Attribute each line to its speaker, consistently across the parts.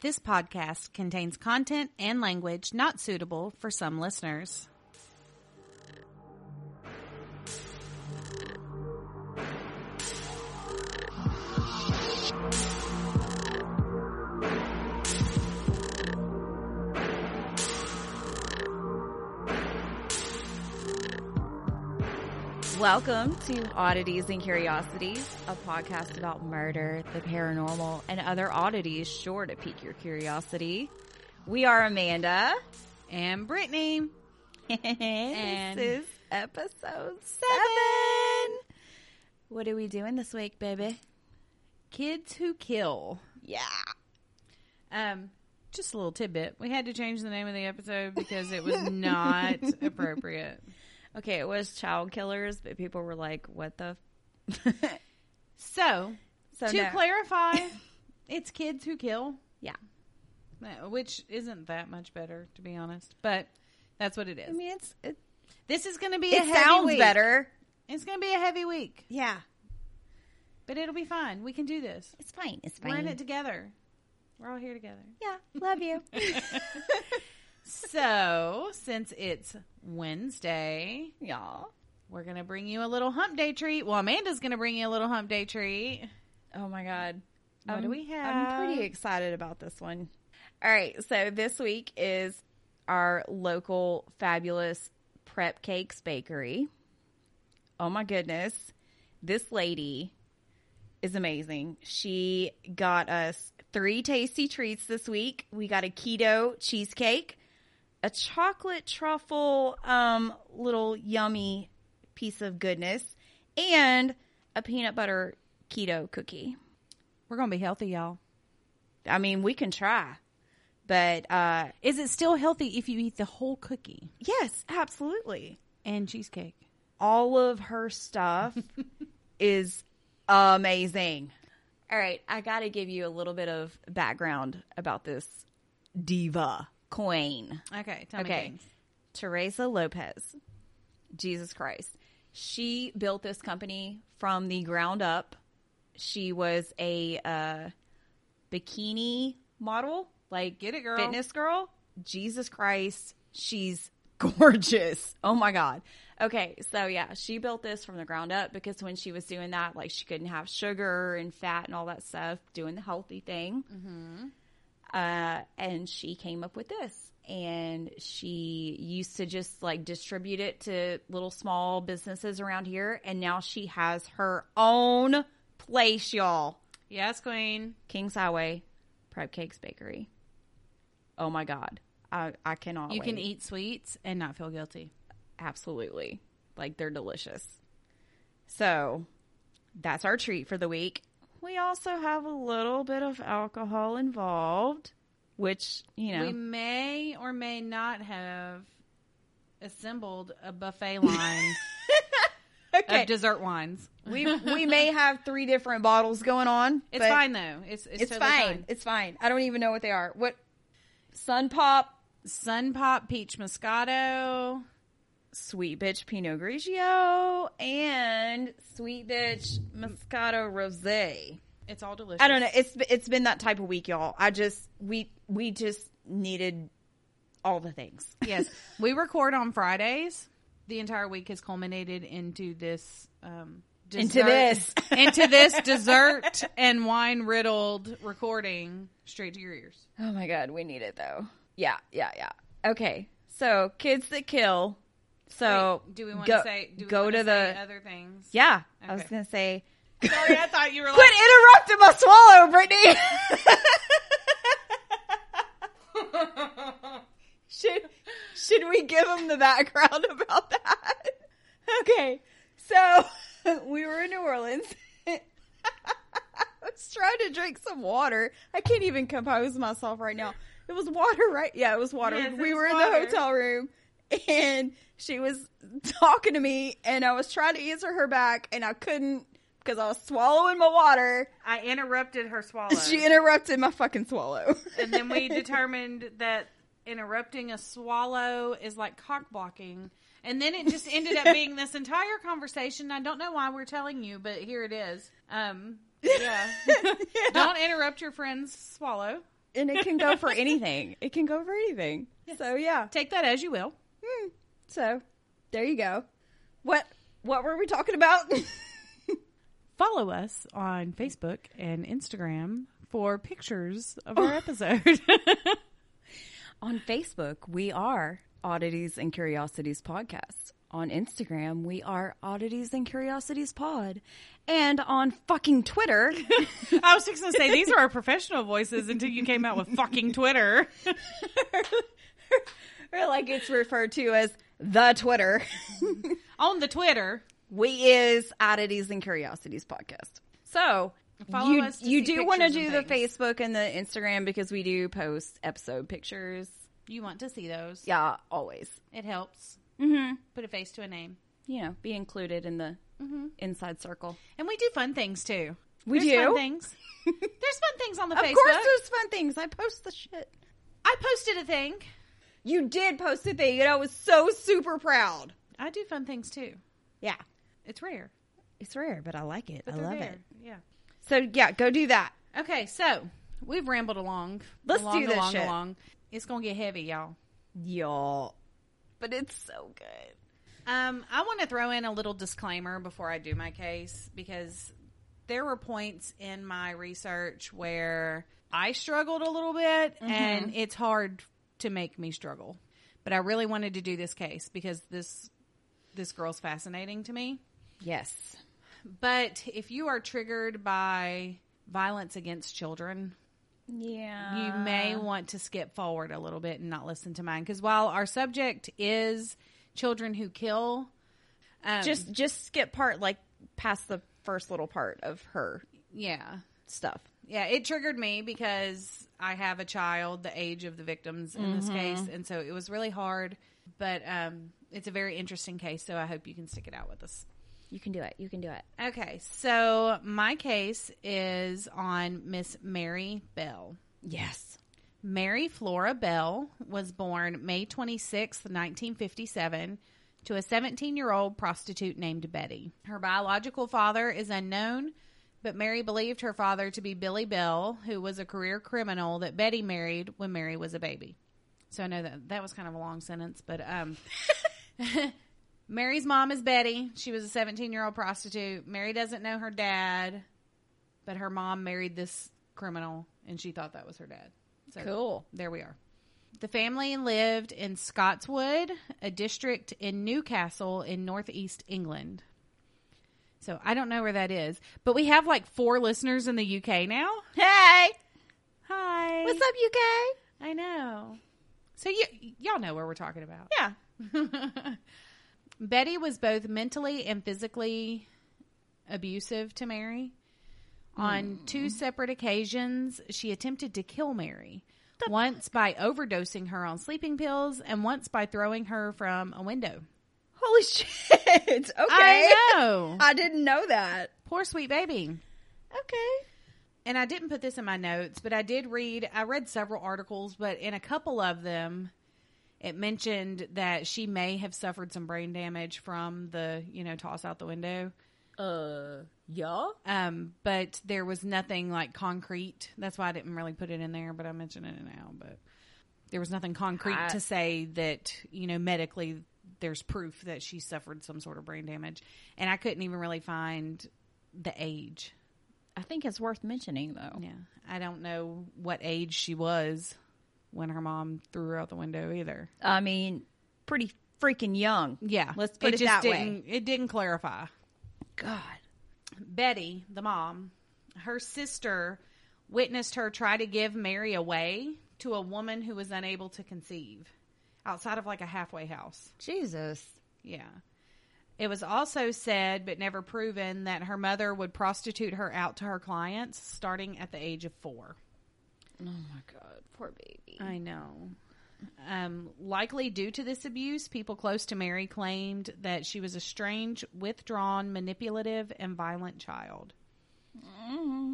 Speaker 1: This podcast contains content and language not suitable for some listeners.
Speaker 2: Welcome to Oddities and Curiosities, a podcast about murder, the paranormal, and other oddities sure to pique your curiosity. We are Amanda,
Speaker 1: And Brittany,
Speaker 2: and this is episode seven. What are we doing this week, baby?
Speaker 1: kids who kill.
Speaker 2: Yeah.
Speaker 1: Um, just a little tidbit. We had to change the name of the episode because it was not appropriate.
Speaker 2: Okay, it was child killers, but people were like, what the? f-
Speaker 1: So,
Speaker 2: So
Speaker 1: to
Speaker 2: no.
Speaker 1: clarify, it's kids who kill,
Speaker 2: yeah.
Speaker 1: uh, which isn't that much better, to be honest. But that's what it
Speaker 2: I
Speaker 1: is.
Speaker 2: mean, it's, it,
Speaker 1: This is going to be a
Speaker 2: it
Speaker 1: heavy
Speaker 2: sounds
Speaker 1: week.
Speaker 2: better.
Speaker 1: It's going to be a heavy week,
Speaker 2: Yeah.
Speaker 1: but it'll be fine. We can do this.
Speaker 2: It's fine. It's
Speaker 1: We're in it together. We're all here together.
Speaker 2: yeah. Love you.
Speaker 1: so, since it's Wednesday,
Speaker 2: Y'all.
Speaker 1: we're going to bring you a little hump day treat. Well, Amanda's going to bring you a little hump day treat.
Speaker 2: Oh my God.
Speaker 1: What do
Speaker 2: I'm-
Speaker 1: we have?
Speaker 2: I'm pretty excited about this one. All right. So this week is our local fabulous prep cakes bakery. Oh my goodness. This lady is amazing. She got us three tasty treats this week. We got a keto cheesecake, a chocolate truffle um little yummy piece of goodness, and a peanut butter keto cookie.
Speaker 1: We're going to be healthy, y'all.
Speaker 2: I mean, we can try, but uh,
Speaker 1: Is it still healthy if you eat the whole cookie
Speaker 2: yes, absolutely.
Speaker 1: and cheesecake?
Speaker 2: All of her stuff is amazing. All right, I got to give you a little bit of background about this diva queen.
Speaker 1: Okay, tell
Speaker 2: okay.
Speaker 1: me things.
Speaker 2: Teresa Lopez. Jesus Christ. She built this company from the ground up. She was a uh, bikini model, like
Speaker 1: Get it, girl.
Speaker 2: fitness girl. Jesus Christ, she's gorgeous. Oh my god. Okay, so yeah, she built this from the ground up because when she was doing that, like she couldn't have sugar and fat and all that stuff, doing the healthy thing uh, and she came up with this. And she used to just like distribute it to little small businesses around here. And now she has her own place, y'all.
Speaker 1: Yes, queen.
Speaker 2: Kings Highway Prep Cakes Bakery. Oh my God. I, I cannot.
Speaker 1: You can
Speaker 2: wait.
Speaker 1: eat sweets and not feel guilty.
Speaker 2: Absolutely. Like they're delicious. So that's our treat for the week. We also have a little bit of alcohol involved, which, you know.
Speaker 1: We may or may not have assembled a buffet line of dessert wines.
Speaker 2: we we may have three different bottles going on.
Speaker 1: It's
Speaker 2: but
Speaker 1: fine though. It's it's,
Speaker 2: It's
Speaker 1: totally
Speaker 2: fine. It's fine. I don't even know what they are. What Sun Pop,
Speaker 1: Sun Pop Peach Moscato.
Speaker 2: Sweet Bitch Pinot Grigio, and Sweet Bitch Moscato Rosé.
Speaker 1: It's all delicious.
Speaker 2: I don't know. It's it's been that type of week, y'all. I just we we just needed all the things.
Speaker 1: yes, we record on Fridays. The entire week has culminated into this. Um, dessert,
Speaker 2: Into this.
Speaker 1: into this dessert and wine riddled recording straight to your ears.
Speaker 2: Oh my god, we need it though. Yeah, yeah, yeah. Okay, so kids that kill. So
Speaker 1: Wait, do we want
Speaker 2: go-
Speaker 1: to say do we
Speaker 2: go
Speaker 1: wanna
Speaker 2: to
Speaker 1: say
Speaker 2: the
Speaker 1: other things?
Speaker 2: yeah? I was
Speaker 1: Okay.
Speaker 2: gonna say
Speaker 1: Sorry, I thought you were
Speaker 2: Quit
Speaker 1: like
Speaker 2: interrupting my swallow, Brittany. should should we give them the background about that? Okay, so we were in New Orleans. I was trying to drink some water. I can't even compose myself right now. It was water, right? Yeah, it was water.
Speaker 1: Yes, it
Speaker 2: we
Speaker 1: was
Speaker 2: were in the
Speaker 1: water.
Speaker 2: hotel room, and she was talking to me, and I was trying to answer her back, and I couldn't because I was swallowing my water.
Speaker 1: I interrupted her swallow.
Speaker 2: She interrupted my fucking swallow.
Speaker 1: and then we determined that interrupting a swallow is like cock blocking. And then it just ended up being this entire conversation. I don't know why we're telling you, but here it is. Um, yeah. don't interrupt your friend's swallow.
Speaker 2: and it can go for anything. It can go for anything. So yeah.
Speaker 1: Take that as you will.
Speaker 2: So there you go. What what were we talking about?
Speaker 1: Follow us on Facebook and Instagram for pictures of our episode.
Speaker 2: On Facebook, we are Oddities and Curiosities Podcast. On Instagram, we are Oddities and Curiosities Pod. And on fucking Twitter,
Speaker 1: I was just going to say, these are our professional voices until you came out with fucking Twitter.
Speaker 2: or like it's referred to as the Twitter,
Speaker 1: on the Twitter.
Speaker 2: we is Oddities and Curiosities Podcast. So
Speaker 1: Follow
Speaker 2: you,
Speaker 1: us to
Speaker 2: you
Speaker 1: see
Speaker 2: do want to
Speaker 1: pictures
Speaker 2: do
Speaker 1: and
Speaker 2: the Facebook and the Instagram because we do post episode pictures.
Speaker 1: You want to see those.
Speaker 2: Yeah, always.
Speaker 1: It helps. Mm-hmm. Put a face to a name.
Speaker 2: You know, be included in the inside circle.
Speaker 1: And we do fun things too.
Speaker 2: We
Speaker 1: There's
Speaker 2: do?
Speaker 1: fun things. There's fun things on the
Speaker 2: Of
Speaker 1: Facebook.
Speaker 2: course, there's fun things. I post the shit.
Speaker 1: I posted a thing.
Speaker 2: You did post a thing, and I was so super proud.
Speaker 1: I do fun things too.
Speaker 2: Yeah,
Speaker 1: It's rare.
Speaker 2: it's rare, but I like it.
Speaker 1: but
Speaker 2: I
Speaker 1: they're
Speaker 2: love
Speaker 1: there.
Speaker 2: it.
Speaker 1: Yeah.
Speaker 2: So yeah, go do that.
Speaker 1: Okay, so we've rambled along.
Speaker 2: Let's
Speaker 1: along,
Speaker 2: do this
Speaker 1: along,
Speaker 2: shit.
Speaker 1: along. It's gonna get heavy, y'all.
Speaker 2: Y'all. But it's so good.
Speaker 1: Um, I want to throw in a little disclaimer before I do my case because there were points in my research where I struggled a little bit, and it's hard to make me struggle. But I really wanted to do this case because this this girl's fascinating to me.
Speaker 2: Yes.
Speaker 1: But if you are triggered by violence against children,
Speaker 2: Yeah.
Speaker 1: you may want to skip forward a little bit and not listen to mine because while our subject is children who kill, um,
Speaker 2: just just skip part like past the first little part of her
Speaker 1: yeah,
Speaker 2: stuff.
Speaker 1: yeah, it triggered me because I have a child the age of the victims in this case, and so it was really hard. But um, it's a very interesting case, so I hope you can stick it out with us.
Speaker 2: You can do it. You can do it.
Speaker 1: Okay, so my case is on Miss Mary Bell.
Speaker 2: Yes.
Speaker 1: Mary Flora Bell was born May 26, 1957, to a 17 year old prostitute named Betty. Her biological father is unknown, but Mary believed her father to be Billy Bell, who was a career criminal that Betty married when Mary was a baby. So I know that that was kind of a long sentence, but um, Mary's mom is Betty. She was a 17 year old prostitute. Mary doesn't know her dad, but her mom married this criminal, and she thought that was her dad. So
Speaker 2: Cool.
Speaker 1: there we are. The family lived in Scotswood, a district in Newcastle in northeast England. So I don't know where that is, but we have like four listeners in the UK now.
Speaker 2: Hey.
Speaker 1: Hi.
Speaker 2: What's up, UK?
Speaker 1: I know. So you y'all know where we're talking about.
Speaker 2: Yeah.
Speaker 1: Betty was both mentally and physically abusive to Mary. On two separate occasions, she attempted to kill Mary. once by overdosing her on sleeping pills and once by throwing her from a window.
Speaker 2: Holy shit. Okay.
Speaker 1: I know.
Speaker 2: I didn't know that.
Speaker 1: Poor sweet baby.
Speaker 2: Okay.
Speaker 1: and I didn't put this in my notes, but I did read I read several articles, but in a couple of them it mentioned that she may have suffered some brain damage from the, you know, toss out the window.
Speaker 2: Uh, yeah.
Speaker 1: Um, but there was nothing like concrete. That's why I didn't really put it in there, but I'm mentioning it now, but there was nothing concrete
Speaker 2: I-
Speaker 1: to say that, you know, medically there's proof that she suffered some sort of brain damage. And I couldn't even really find the age.
Speaker 2: I think it's worth mentioning though.
Speaker 1: Yeah. I don't know what age she was when her mom threw her out the window either.
Speaker 2: I mean, pretty freaking young.
Speaker 1: Yeah.
Speaker 2: Let's put it, that way.
Speaker 1: didn't, It didn't clarify.
Speaker 2: God.
Speaker 1: Betty, the mom, her sister witnessed her try to give Mary away to a woman who was unable to conceive outside of like a halfway house.
Speaker 2: Jesus.
Speaker 1: Yeah. It was also said, but never proven, that her mother would prostitute her out to her clients starting at the age of four.
Speaker 2: Oh my God. Poor baby.
Speaker 1: I know. Um, likely due to this abuse, people close to Mary claimed that she was a strange, withdrawn, manipulative, and violent child.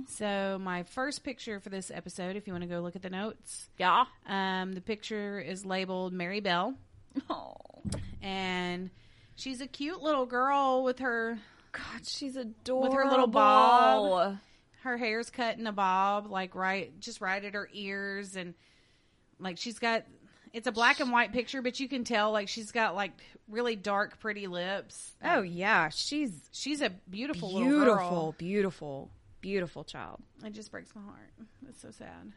Speaker 1: So, my first picture for this episode, if you want to go look at the notes,
Speaker 2: Yeah.
Speaker 1: um, the picture is labeled Mary Bell,
Speaker 2: Oh.
Speaker 1: and she's a cute little girl with her
Speaker 2: God, she's adorable.
Speaker 1: bob. Her hair's cut in a bob, like right, just right at her ears, and like she's got. It's a black and white picture, but you can tell like she's got like really dark, pretty lips.
Speaker 2: Oh yeah, she's
Speaker 1: She's a beautiful, little
Speaker 2: beautiful,
Speaker 1: girl.
Speaker 2: beautiful, beautiful child.
Speaker 1: It just breaks my heart. It's so sad.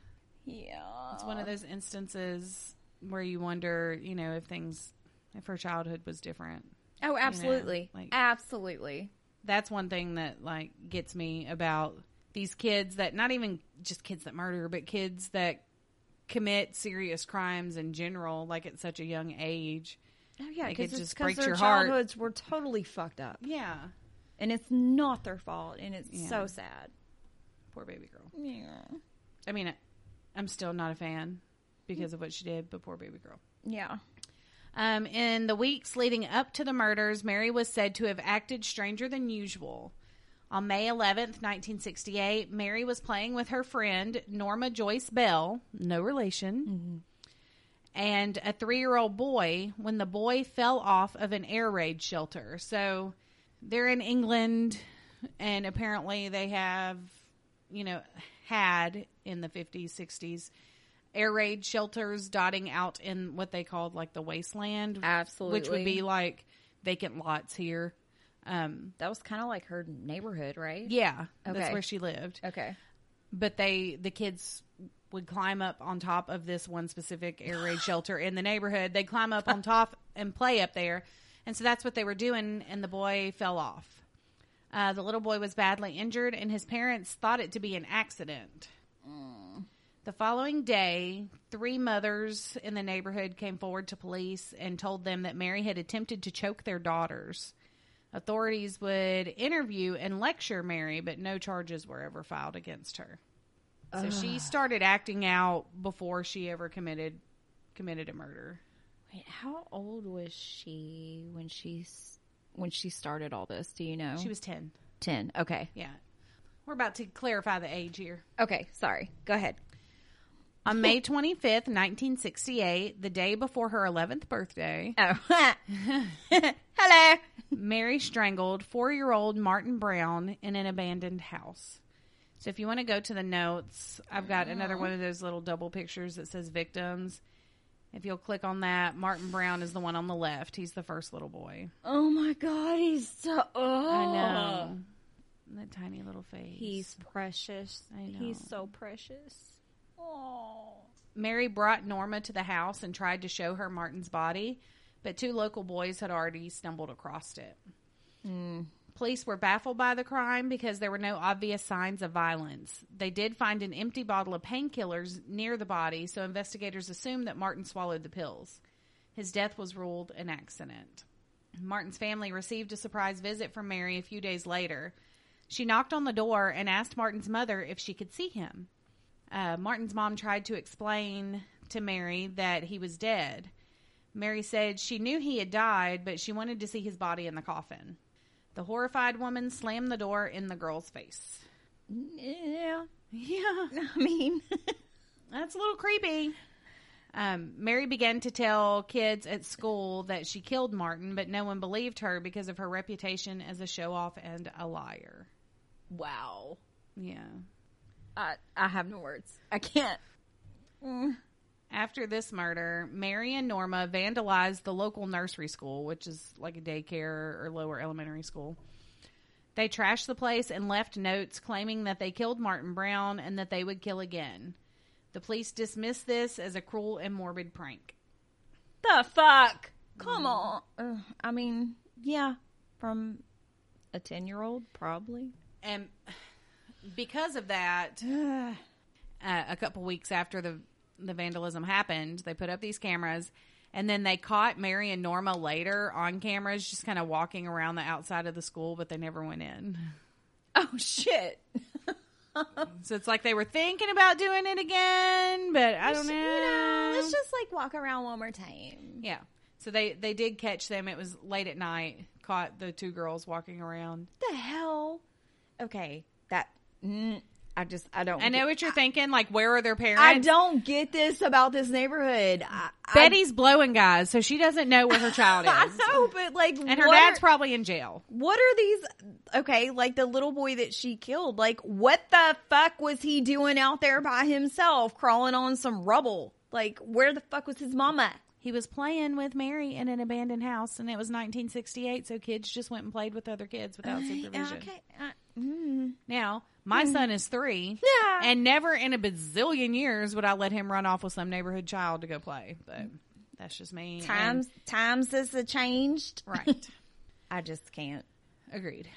Speaker 2: Yeah.
Speaker 1: It's one of those instances where you wonder, you know, if things, if her childhood was different.
Speaker 2: Oh, absolutely.
Speaker 1: like-
Speaker 2: absolutely.
Speaker 1: That's one thing that like gets me about these kids that not even just kids that murder, but kids that commit serious crimes in general, like at such a young age.
Speaker 2: Oh yeah,
Speaker 1: Like, it
Speaker 2: because it's
Speaker 1: just
Speaker 2: because
Speaker 1: breaks
Speaker 2: their
Speaker 1: your heart.
Speaker 2: childhoods were totally fucked up,
Speaker 1: Yeah.
Speaker 2: and it's not their fault, and it's
Speaker 1: Yeah.
Speaker 2: so sad.
Speaker 1: Poor baby girl.
Speaker 2: Yeah.
Speaker 1: I mean, I- I'm still not a fan because of what she did, but poor baby girl.
Speaker 2: Yeah.
Speaker 1: Um, in the weeks leading up to the murders, Mary was said to have acted stranger than usual. On May 11th, 1968, Mary was playing with her friend Norma Joyce Bell, no relation, and a three year old boy when the boy fell off of an air raid shelter. So they're in England, and apparently they have, you know, had in the 50s, 60s air raid shelters dotting out in what they called like the wasteland, which
Speaker 2: Absolutely.
Speaker 1: would be like vacant lots here. Um,
Speaker 2: That was kind of like her neighborhood, right?
Speaker 1: yeah,
Speaker 2: Okay.
Speaker 1: that's where she lived.
Speaker 2: Okay.
Speaker 1: But they, the kids would climb up on top of this one specific air raid shelter in the neighborhood. They'd climb up on top and play up there. And so that's what they were doing, and the boy fell off. Uh, the little boy was badly injured, and his parents thought it to be an accident. The following day, three mothers in the neighborhood came forward to police and told them that Mary had attempted to choke their daughters. Authorities would interview and lecture Mary, but no charges were ever filed against her. So she started acting out before she ever committed committed a murder.
Speaker 2: Wait, how old was she when she s- when she started all this? Do you know?
Speaker 1: She was 10.
Speaker 2: ten. Okay.
Speaker 1: Yeah. We're about to clarify the age here.
Speaker 2: Okay. Sorry. Go ahead.
Speaker 1: On May 25th, 1968, the day before her 11th birthday,
Speaker 2: Oh. Hello.
Speaker 1: Mary strangled four year old Martin Brown in an abandoned house. So if you want to go to the notes, I've got another one of those little double pictures that says victims. If you'll click on that, Martin Brown is the one on the left. He's the first little boy.
Speaker 2: Oh my God, he's so. Oh.
Speaker 1: I know. And that tiny little face.
Speaker 2: He's precious.
Speaker 1: I
Speaker 2: He's
Speaker 1: know.
Speaker 2: so precious. Oh.
Speaker 1: Mary brought Norma to the house and tried to show her Martin's body, but two local boys had already stumbled across it. Police were baffled by the crime because there were no obvious signs of violence. They did find an empty bottle of painkillers near the body, so investigators assumed that Martin swallowed the pills. His death was ruled an accident. Martin's family received a surprise visit from Mary a few days later. She knocked on the door and asked Martin's mother if she could see him. Uh, Martin's mom tried to explain to Mary that he was dead. Mary said she knew he had died, but she wanted to see his body in the coffin. The horrified woman slammed the door in the girl's face.
Speaker 2: Yeah.
Speaker 1: Yeah,
Speaker 2: I mean,
Speaker 1: that's a little creepy. Um, Mary began to tell kids at school that she killed Martin, but no one believed her because of her reputation as a show off and a liar.
Speaker 2: wow.
Speaker 1: Yeah.
Speaker 2: I I have no words. I can't. Mm.
Speaker 1: After this murder, Mary and Norma vandalized the local nursery school, which is like a daycare or lower elementary school. They trashed the place and left notes claiming that they killed Martin Brown and that they would kill again. The police dismissed this as a cruel and morbid prank.
Speaker 2: The fuck? Come on. Mm. Ugh, I mean, yeah, from a ten-year-old, probably.
Speaker 1: And because of that, uh, a couple weeks after the the vandalism happened, they put up these cameras, and then they caught Mary and Norma later on cameras, just kind of walking around the outside of the school, but they never went in.
Speaker 2: Oh shit.
Speaker 1: So it's like they were thinking about doing it again, but I don't know.
Speaker 2: Let's just like walk around one more time.
Speaker 1: yeah. So they they did catch them. It was late at night. Caught the two girls walking around.
Speaker 2: What the hell? Okay, that. Mm, I just I don't.
Speaker 1: I know
Speaker 2: Get,
Speaker 1: what you're thinking. Like, where are their parents?
Speaker 2: I don't get this about this neighborhood. I,
Speaker 1: Betty's blowing guys, so she doesn't know where her child
Speaker 2: I, I
Speaker 1: is.
Speaker 2: know, but like,
Speaker 1: And her
Speaker 2: what
Speaker 1: dad's
Speaker 2: are-
Speaker 1: probably in jail.
Speaker 2: what are these? Okay, like the little boy that she killed. Like, what the fuck was he doing out there by himself, crawling on some rubble? Like, where the fuck was his mama?
Speaker 1: He was playing with Mary in an abandoned house, and it was 1968, so kids just went and played with other kids without supervision.
Speaker 2: Okay. Uh, mm.
Speaker 1: Now, my son is three,
Speaker 2: Yeah.
Speaker 1: and never in a bazillion years would I let him run off with some neighborhood child to go play. But that's just me. and-
Speaker 2: Times times has uh, changed.
Speaker 1: right?
Speaker 2: I just can't.
Speaker 1: Agreed.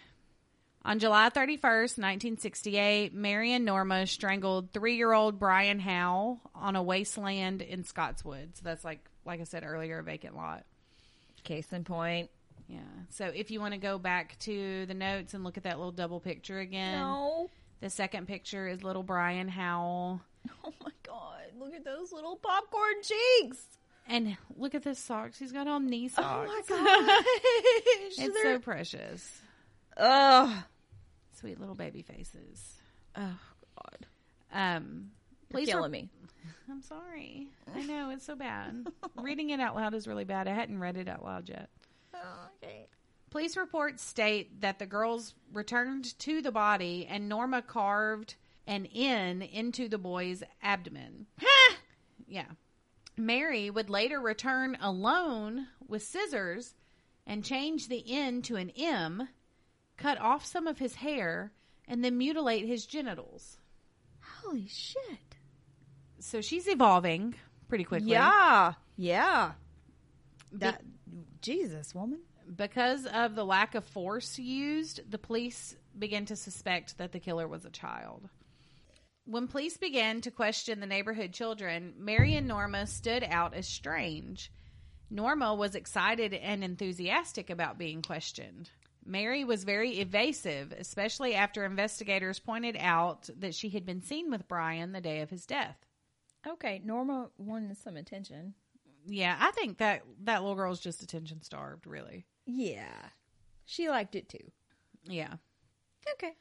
Speaker 1: On July 31st, 1968, Mary and Norma strangled three-year-old Brian Howe on a wasteland in Scottswood. So that's like, like I said earlier, a vacant lot.
Speaker 2: Case in point.
Speaker 1: Yeah. So if you want to go back to the notes and look at that little double picture again,
Speaker 2: No.
Speaker 1: the second picture is little Brian Howell.
Speaker 2: Oh my god! Look at those little popcorn cheeks.
Speaker 1: And look at this socks. He's got on knee
Speaker 2: Uh,
Speaker 1: socks.
Speaker 2: my gosh!
Speaker 1: it's so precious.
Speaker 2: oh,
Speaker 1: Sweet little baby faces.
Speaker 2: oh god!
Speaker 1: Um,
Speaker 2: Please
Speaker 1: please
Speaker 2: You're
Speaker 1: re-
Speaker 2: killing me.
Speaker 1: I'm sorry. I know it's so bad. Reading it out loud is really bad. I hadn't read it out loud yet.
Speaker 2: Oh, okay.
Speaker 1: Police reports state that the girls returned to the body and Norma carved an N into the boy's abdomen. Yeah. Mary would later return alone with scissors and change the N to an M, cut off some of his hair, and then mutilate his genitals.
Speaker 2: Holy shit!
Speaker 1: So she's evolving pretty quickly.
Speaker 2: Yeah, yeah. That Jesus woman.
Speaker 1: Because of the lack of force used, the police began to suspect that the killer was a child. When police began to question the neighborhood children, Mary and Norma stood out as strange. Norma was excited and enthusiastic about being questioned. Mary was very evasive, especially after investigators pointed out that she had been seen with Brian the day of his death.
Speaker 2: Okay, Norma wanted some attention.
Speaker 1: Yeah, I think that that little girl's just attention starved, really.
Speaker 2: Yeah, she liked it too.
Speaker 1: Yeah.
Speaker 2: Okay.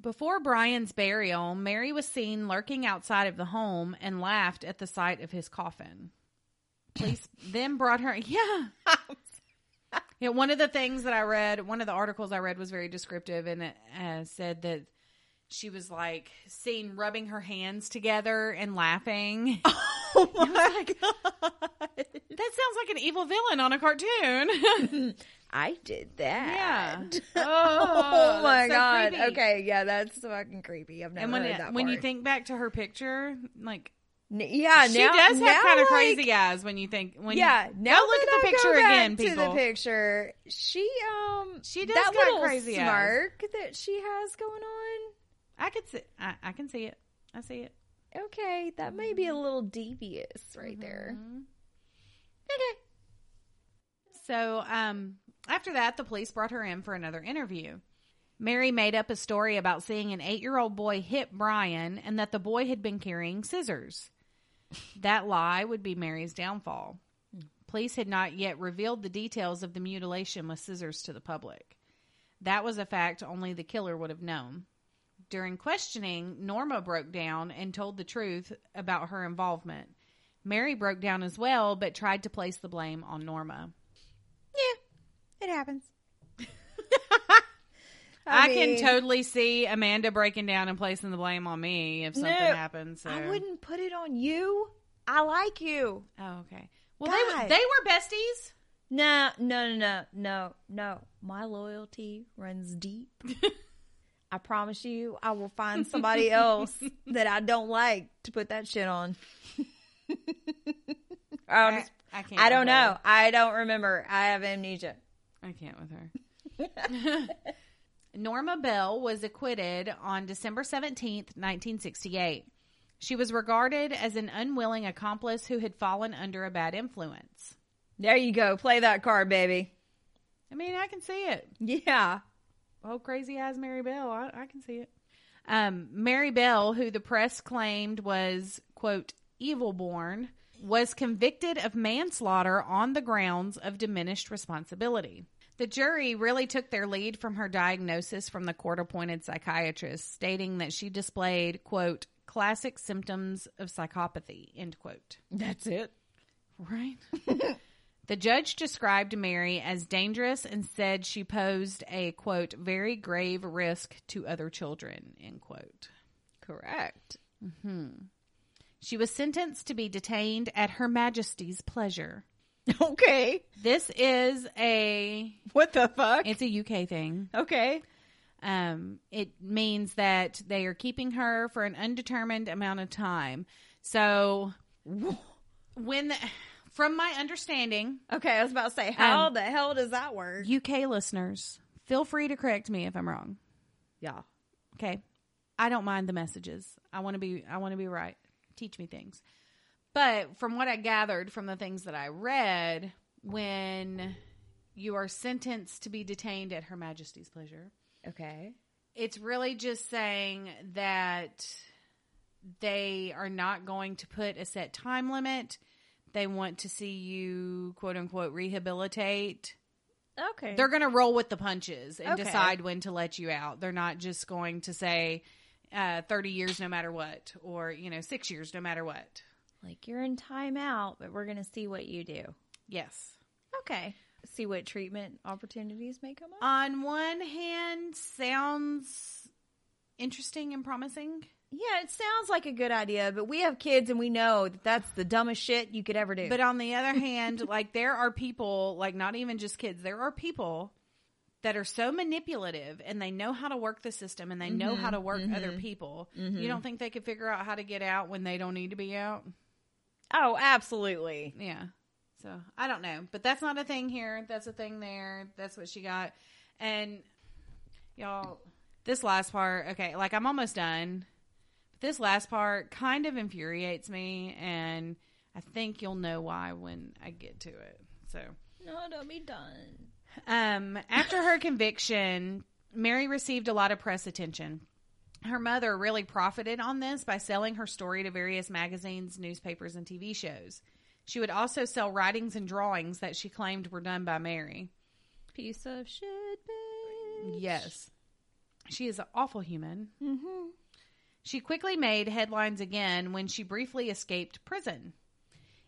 Speaker 1: Before Brian's burial, Mary was seen lurking outside of the home and laughed at the sight of his coffin. Police then brought her. Yeah. yeah. One of the things that I read, one of the articles I read was very descriptive and it uh, said that she was like seen rubbing her hands together and laughing. that
Speaker 2: Oh my god!
Speaker 1: sounds like an evil villain on a cartoon.
Speaker 2: I did
Speaker 1: yeah.
Speaker 2: that.
Speaker 1: Oh,
Speaker 2: Oh
Speaker 1: that's
Speaker 2: my
Speaker 1: so
Speaker 2: god.
Speaker 1: creepy.
Speaker 2: Okay, yeah, that's fucking creepy. I've never
Speaker 1: And when,
Speaker 2: heard
Speaker 1: it-
Speaker 2: that.
Speaker 1: when you
Speaker 2: part.
Speaker 1: think back to her picture, like
Speaker 2: N- yeah,
Speaker 1: she
Speaker 2: now,
Speaker 1: does
Speaker 2: now,
Speaker 1: have kind of
Speaker 2: like,
Speaker 1: crazy eyes when you think when
Speaker 2: Yeah,
Speaker 1: you,
Speaker 2: now
Speaker 1: Go look
Speaker 2: that
Speaker 1: at the
Speaker 2: I go
Speaker 1: picture
Speaker 2: back
Speaker 1: again,
Speaker 2: to the
Speaker 1: people.
Speaker 2: picture. She um,
Speaker 1: She does
Speaker 2: that
Speaker 1: got
Speaker 2: little
Speaker 1: crazy eyes.
Speaker 2: smirk that she has going on.
Speaker 1: I could see I, I can see it. I see it.
Speaker 2: Okay, that may be a little devious right there.
Speaker 1: Mm-hmm.
Speaker 2: Okay.
Speaker 1: So um after that the police brought her in for another interview. Mary made up a story about seeing an eight year old boy hit Brian and that the boy had been carrying scissors. That lie would be Mary's downfall. Police had not yet revealed the details of the mutilation with scissors to the public. That was a fact only the killer would have known. During questioning, Norma broke down and told the truth about her involvement. Mary broke down as well, but tried to place the blame on Norma.
Speaker 2: Mm-hmm. Yeah, it happens.
Speaker 1: I,
Speaker 2: mean,
Speaker 1: can totally see Amanda breaking down and placing the blame on me if something
Speaker 2: No,
Speaker 1: happens. So.
Speaker 2: I wouldn't put it on you. I like you.
Speaker 1: Oh, okay. Well, they were,
Speaker 2: God.
Speaker 1: they were besties.
Speaker 2: No, no, no, no, no, no. My loyalty runs deep. I promise you, I will find somebody else that I don't like to put that shit on. I'll just-
Speaker 1: I, can't.
Speaker 2: I don't
Speaker 1: with her.
Speaker 2: know. I don't remember. I have amnesia.
Speaker 1: I can't with her. Norma Bell was acquitted on December 17th, 1968. She was regarded as an unwilling accomplice who had fallen under a bad influence.
Speaker 2: There you go. Play that card, baby.
Speaker 1: I mean, I can see it.
Speaker 2: Yeah.
Speaker 1: Oh, crazy eyes, Mary Bell. I, I can see it. Um, Mary Bell, who the press claimed was, quote, evil born, was convicted of manslaughter on the grounds of diminished responsibility. The jury really took their lead from her diagnosis from the court appointed psychiatrist, stating that she displayed, quote, classic symptoms of psychopathy, end quote.
Speaker 2: That's it.
Speaker 1: Right. the judge described Mary as dangerous and said she posed a, quote, very grave risk to other children, end quote.
Speaker 2: Correct.
Speaker 1: She was sentenced to be detained at Her Majesty's pleasure.
Speaker 2: Okay.
Speaker 1: This is a
Speaker 2: What the fuck?
Speaker 1: it's a UK thing.
Speaker 2: okay.
Speaker 1: Um, it means that they are keeping her for an undetermined amount of time. So when the, from my understanding,
Speaker 2: Okay, I was about to say, how
Speaker 1: Um,
Speaker 2: the hell does that work?
Speaker 1: UK listeners, feel free to correct me if I'm wrong.
Speaker 2: Yeah.
Speaker 1: Okay. I don't mind the messages. I want to be I want to be right. Teach me things. But from what I gathered from the things that I read, when you are sentenced to be detained at her majesty's pleasure,
Speaker 2: Okay.
Speaker 1: it's really just saying that they are not going to put a set time limit. They want to see you quote unquote rehabilitate
Speaker 2: Okay.
Speaker 1: they're going to roll with the punches and
Speaker 2: Okay.
Speaker 1: decide when to let you out. They're not just going to say uh, 30 years no matter what or, you know, six years no matter what.
Speaker 2: like you're in timeout, but we're gonna see what you do.
Speaker 1: Yes.
Speaker 2: Okay. See what treatment opportunities may come up.
Speaker 1: On one hand, sounds interesting and promising.
Speaker 2: yeah, it sounds like a good idea, but we have kids and we know that that's the dumbest shit you could ever do.
Speaker 1: But on the other hand, like there are people, like not even just kids, there are people that are so manipulative and they know how to work the system and they know how to work other people. You don't think they could figure out how to get out when they don't need to be out?
Speaker 2: oh, absolutely.
Speaker 1: Yeah. So I don't know, but that's not a thing here. That's a thing there. That's what she got. And y'all, this last part, okay, like I'm almost done. But this last part kind of infuriates me, and I think you'll know why when I get to it. So,
Speaker 2: No, don't be done.
Speaker 1: um, after her conviction, Mary received a lot of press attention. Her mother really profited on this by selling her story to various magazines, newspapers, and TV shows. She would also sell writings and drawings that she claimed were done by Mary.
Speaker 2: Piece of shit, bitch.
Speaker 1: Yes. She is an awful human.
Speaker 2: Mm-hmm.
Speaker 1: She quickly made headlines again when she briefly escaped prison.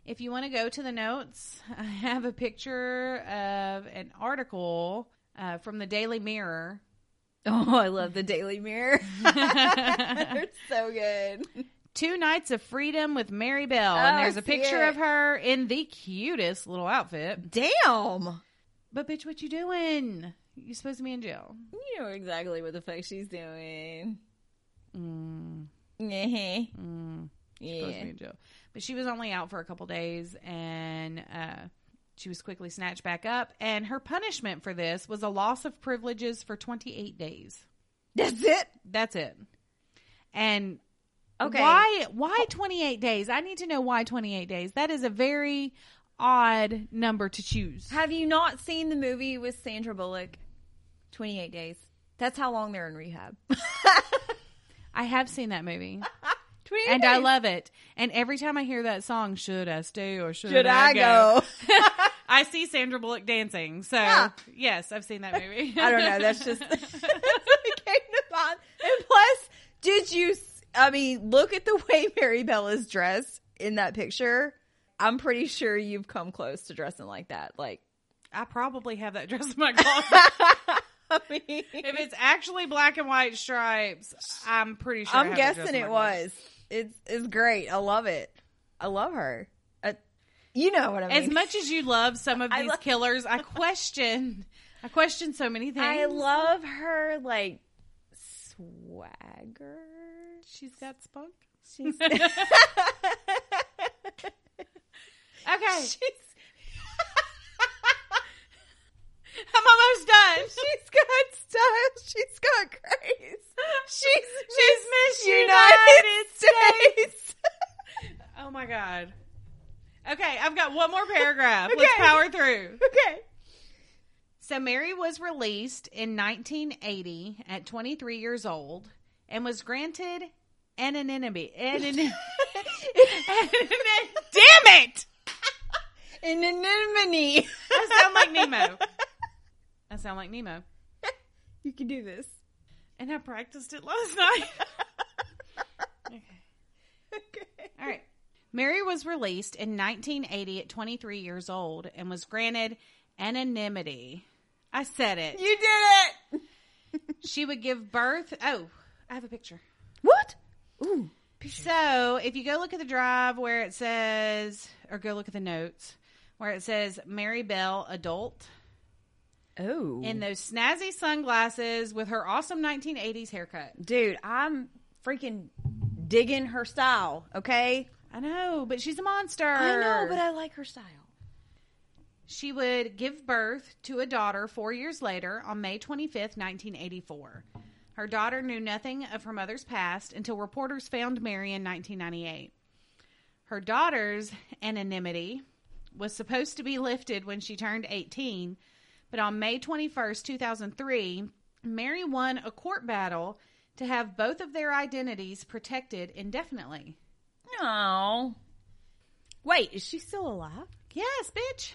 Speaker 1: If you want to go to the notes, I have a picture of an article uh, from the Daily Mirror
Speaker 2: Oh, I love the Daily Mirror. They're so good.
Speaker 1: Two Nights of Freedom with Mary Bell.
Speaker 2: Oh,
Speaker 1: and
Speaker 2: I
Speaker 1: there's a
Speaker 2: see
Speaker 1: picture
Speaker 2: it.
Speaker 1: of her in the cutest little outfit.
Speaker 2: Damn.
Speaker 1: But bitch, what you doing? You supposed to be in jail.
Speaker 2: You know exactly what the fuck she's doing. Mm.
Speaker 1: Supposed to
Speaker 2: Yeah.
Speaker 1: be in jail. But she was only out for a couple days and uh, she was quickly snatched back up. And her punishment for this was a loss of privileges for 28 days.
Speaker 2: That's it.
Speaker 1: That's it. And
Speaker 2: Okay.
Speaker 1: why why 28 days? I need to know why 28 days. That is a very odd number to choose.
Speaker 2: Have you not seen the movie with Sandra Bullock? 28 days. That's how long they're in rehab.
Speaker 1: I have seen that movie.
Speaker 2: 28
Speaker 1: and I
Speaker 2: days.
Speaker 1: love it. And every time I hear that song, should I stay or should,
Speaker 2: Should I go?
Speaker 1: I see Sandra Bullock dancing. So
Speaker 2: Yeah.
Speaker 1: yes, I've seen that movie.
Speaker 2: I don't know. That's just it came to mind. And plus, did you? s- I mean, look at the way Mary Bell is dressed in that picture. I'm pretty sure you've come close to dressing like that. Like,
Speaker 1: I probably have that dress in my closet.
Speaker 2: I mean,
Speaker 1: if it's actually black and white stripes, I'm pretty sure. I
Speaker 2: I'm
Speaker 1: have that dress
Speaker 2: guessing
Speaker 1: in my
Speaker 2: it
Speaker 1: closet.
Speaker 2: was. It's it's great. I love it. I love her. Uh, you know what I mean.
Speaker 1: As much as you love some of
Speaker 2: I
Speaker 1: these
Speaker 2: love-
Speaker 1: killers, I question. I question so many things.
Speaker 2: I love her like swagger.
Speaker 1: She's got spunk.
Speaker 2: She's
Speaker 1: Okay,
Speaker 2: she's
Speaker 1: I'm almost done.
Speaker 2: She's got style. She's got grace. She's
Speaker 1: She's Miss United, States. Oh my god. Okay, I've got one more paragraph. Let's
Speaker 2: Okay.
Speaker 1: power through.
Speaker 2: Okay.
Speaker 1: So Mary was released in 1980 at 23 years old and was granted anonymity. Anonymity. Damn it!
Speaker 2: An anemone.
Speaker 1: I sound like Nemo. I sound like Nemo.
Speaker 2: You can do this.
Speaker 1: And I practiced it last night. okay.
Speaker 2: Okay.
Speaker 1: All right. Mary was released in 1980 at 23 years old and was granted anonymity. I said it.
Speaker 2: You did it.
Speaker 1: She would give birth. Oh, I have a picture.
Speaker 2: What? Ooh.
Speaker 1: So if you go look at the drive where it says, or go look at the notes where it says Mary Bell adult
Speaker 2: Oh.
Speaker 1: in those snazzy sunglasses with her awesome 1980s haircut.
Speaker 2: dude, I'm freaking digging her style, okay?
Speaker 1: I know, but she's a monster.
Speaker 2: I like her style.
Speaker 1: She would give birth to a daughter four years later on May 25th, 1984. Her daughter knew nothing of her mother's past until reporters found Mary in 1998. Her daughter's anonymity was supposed to be lifted when she turned 18, but on May 21st, 2003, Mary won a court battle to have both of their identities protected indefinitely.
Speaker 2: No. Wait, is she still alive?
Speaker 1: Yes, bitch.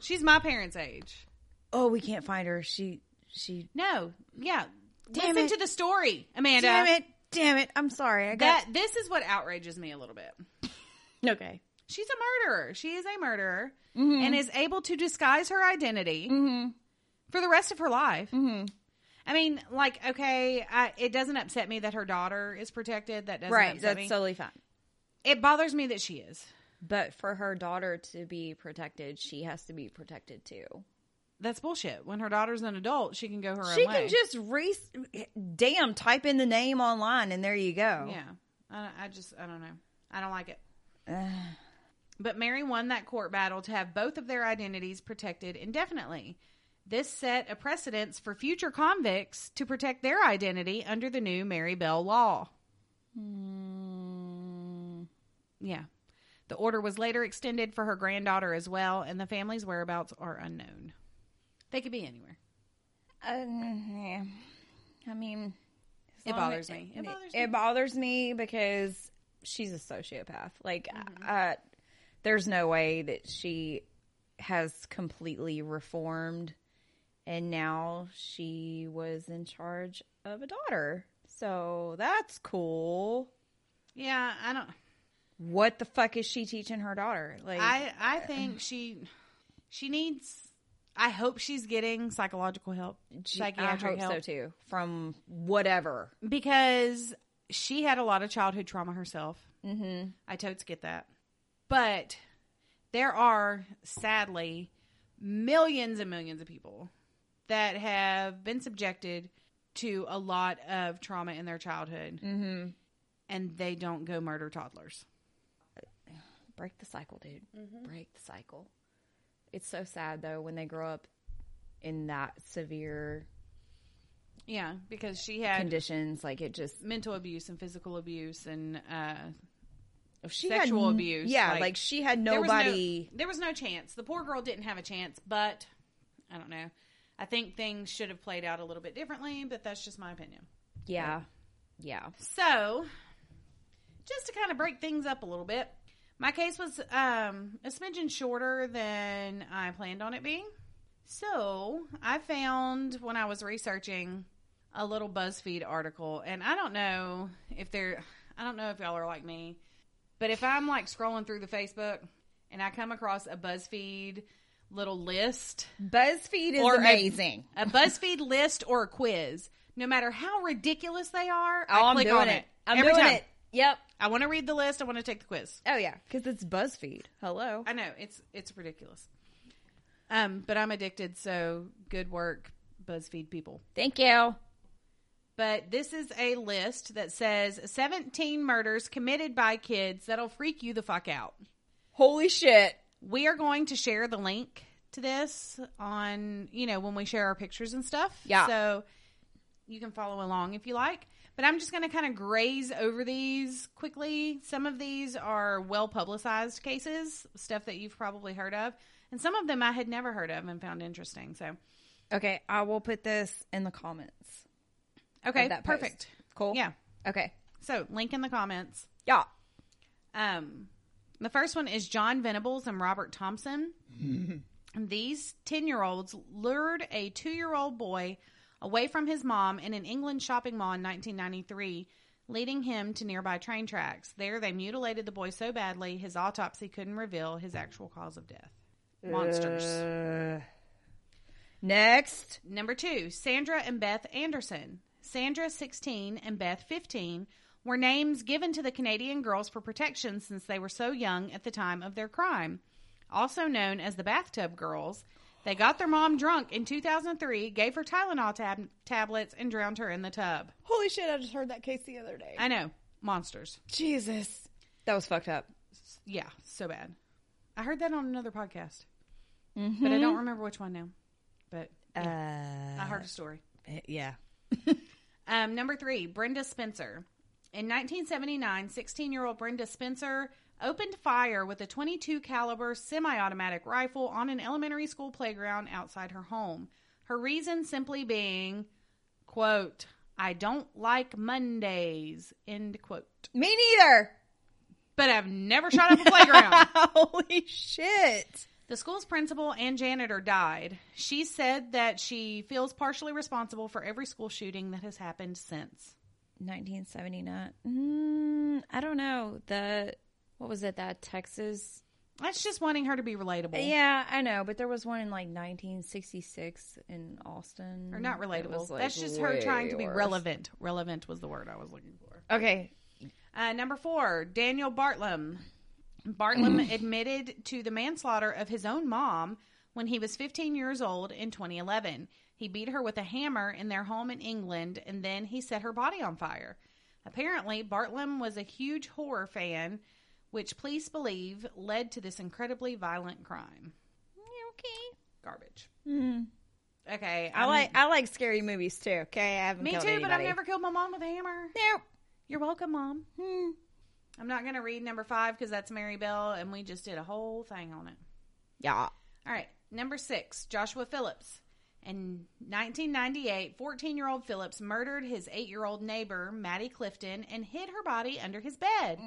Speaker 1: She's my parents' age.
Speaker 2: oh, we can't find her. She she
Speaker 1: No, yeah.
Speaker 2: Damn
Speaker 1: Listen
Speaker 2: it.
Speaker 1: to the story, Amanda.
Speaker 2: Damn it. Damn it. I'm sorry. I got
Speaker 1: That this is what outrages me a little bit.
Speaker 2: Okay.
Speaker 1: She's a murderer. She is a murderer
Speaker 2: Mm-hmm.
Speaker 1: and is able to disguise her identity for the rest of her life. Mm-hmm. I mean, like, okay, I, it doesn't upset me that her daughter is protected. That doesn't
Speaker 2: Right,
Speaker 1: upset
Speaker 2: that's
Speaker 1: me.
Speaker 2: totally fine.
Speaker 1: it bothers me that she is.
Speaker 2: But for her daughter to be protected, she has to be protected too.
Speaker 1: That's bullshit. When her daughter's an adult, she can go her
Speaker 2: She
Speaker 1: own way.
Speaker 2: can just re damn type in the name online and there you go.
Speaker 1: Yeah. I, I just, I don't know. I don't like it. but Mary won that court battle to have both of their identities protected indefinitely. This set a precedence for future convicts to protect their identity under the new Mary Bell law.
Speaker 2: Hmm.
Speaker 1: Yeah. The order was later extended for her granddaughter as well, and the family's whereabouts are unknown. They could be anywhere.
Speaker 2: Um, yeah. I mean, as
Speaker 1: It
Speaker 2: long as-
Speaker 1: bothers me. It bothers me.
Speaker 2: It bothers me because she's a sociopath. Like,
Speaker 1: Mm-hmm.
Speaker 2: uh, there's no way that she has completely reformed, and now she was in charge of a daughter. So that's cool.
Speaker 1: Yeah, I don't.
Speaker 2: What the fuck is she teaching her daughter? Like,
Speaker 1: I I think she she needs. I hope she's getting psychological help,
Speaker 2: gee,
Speaker 1: psychiatric
Speaker 2: I hope
Speaker 1: help,
Speaker 2: so too. From whatever.
Speaker 1: because she had a lot of childhood trauma herself. Mm-hmm. I totes get that, but there are sadly millions and millions of people that have been subjected to a lot of trauma in their childhood, mm-hmm. and they don't go murder toddlers.
Speaker 2: break the cycle, dude. Break the cycle. It's so sad though when they grow up in that severe
Speaker 1: Yeah, because she had
Speaker 2: conditions. Like it just
Speaker 1: mental abuse and physical abuse and uh,
Speaker 2: if she
Speaker 1: Sexual
Speaker 2: had, n-
Speaker 1: abuse,
Speaker 2: Yeah,
Speaker 1: like,
Speaker 2: like, she had
Speaker 1: There was no-
Speaker 2: nobody.
Speaker 1: There was, no, chance. The poor girl didn't have a chance, but I don't know. I think things should have played out a little bit differently, but that's just my opinion.
Speaker 2: yeah, yeah.
Speaker 1: So, just to kind of break things up a little bit, my case was um, a smidgen shorter than I planned on it being. So, I found when I was researching a little BuzzFeed article, and I don't know if they're, I don't know if y'all are like me, but if I'm like scrolling through the Facebook and I come across a BuzzFeed little list,
Speaker 2: BuzzFeed is
Speaker 1: Or a-
Speaker 2: amazing.
Speaker 1: a BuzzFeed list, or a quiz, no matter how ridiculous they are,
Speaker 2: oh,
Speaker 1: I
Speaker 2: I'm
Speaker 1: click
Speaker 2: doing
Speaker 1: on
Speaker 2: it.
Speaker 1: it.
Speaker 2: I'm
Speaker 1: Every
Speaker 2: doing
Speaker 1: time.
Speaker 2: it. Yep.
Speaker 1: I want to read the list. I want to take the quiz.
Speaker 2: Oh yeah, because it's BuzzFeed. Hello.
Speaker 1: I know it's it's ridiculous. Um, but I'm addicted, so good work, BuzzFeed people.
Speaker 2: Thank you.
Speaker 1: But this is a list that says 17 murders committed by kids that'll freak you the fuck out.
Speaker 2: Holy shit.
Speaker 1: We are going to share the link to this on, you know, when we share our pictures and stuff.
Speaker 2: Yeah.
Speaker 1: So you can follow along if you like. But I'm just going to kind of graze over these quickly. Some of these are well publicized cases, stuff that you've probably heard of. And some of them I had never heard of and found interesting. So,
Speaker 2: Okay, I will put this in the comments.
Speaker 1: okay,
Speaker 2: that post.
Speaker 1: perfect.
Speaker 2: Cool.
Speaker 1: Yeah.
Speaker 2: Okay.
Speaker 1: So, link in the comments.
Speaker 2: Yeah.
Speaker 1: Um, the first one is John Venables and Robert Thompson. These 10 year olds lured a two year old boy away from his mom in an England shopping mall in 1993, leading him to nearby train tracks. There, they mutilated the boy so badly, his autopsy couldn't reveal his actual cause of death. Monsters.
Speaker 2: Uh, next.
Speaker 1: Number two, Sandra and Beth Anderson. Sandra, 16, and Beth, 15, were names given to the Canadian girls for protection since they were so young at the time of their crime. Also known as the Bathtub Girls, they got their mom drunk in 2003, gave her Tylenol tab- tablets, and drowned her in the tub.
Speaker 2: Holy shit, I just heard that case the other day.
Speaker 1: I know, monsters.
Speaker 2: Jesus. That was fucked up.
Speaker 1: Yeah, so bad. I heard that on another podcast, but I don't remember which one now. But I heard a story.
Speaker 2: Uh, yeah.
Speaker 1: Um, number three, Brenda Spencer. In 1979, 16-year-old Brenda Spencer opened fire with a 22 caliber semi-automatic rifle on an elementary school playground outside her home. Her reason simply being, quote, "I don't like Mondays," end quote.
Speaker 2: Me neither.
Speaker 1: But I've never shot up a playground.
Speaker 2: Holy shit.
Speaker 1: The school's principal and janitor died. She said that she feels partially responsible for every school shooting that has happened since.
Speaker 2: 1979. Mm, I don't know. The what was it? That Texas.
Speaker 1: That's just wanting her to be relatable.
Speaker 2: Yeah, I know, but there was one in like 1966 in Austin.
Speaker 1: Or not
Speaker 2: Mm, It
Speaker 1: relatable.
Speaker 2: was, like,
Speaker 1: That's just her trying to be
Speaker 2: way worse.
Speaker 1: relevant. Relevant was the word I was looking for.
Speaker 2: Okay.
Speaker 1: Uh, number four, Daniel Bartlam.
Speaker 2: Mm.
Speaker 1: Bartlam admitted to the manslaughter of his own mom when he was 15 years old in 2011. He beat her with a hammer in their home in England and then he set her body on fire. Apparently, Bartlam was a huge horror fan, which police believe led to this incredibly violent crime.
Speaker 2: Okay.
Speaker 1: Garbage.
Speaker 2: Mm.
Speaker 1: Okay.
Speaker 2: I
Speaker 1: I'm-
Speaker 2: like I like scary movies too. Okay, I haven't.
Speaker 1: Me too,
Speaker 2: killed
Speaker 1: but I've
Speaker 2: anybody.
Speaker 1: never killed my mom with a hammer.
Speaker 2: Nope.
Speaker 1: You're welcome, mom.
Speaker 2: Hmm.
Speaker 1: I'm not going to read number five because that's Mary Bell, and we just did a whole thing on it.
Speaker 2: Yeah.
Speaker 1: All right, number six, Joshua Phillips. In 1998, 14 year old Phillips murdered his 8 year old neighbor, Maddie Clifton, and hid her body under his bed.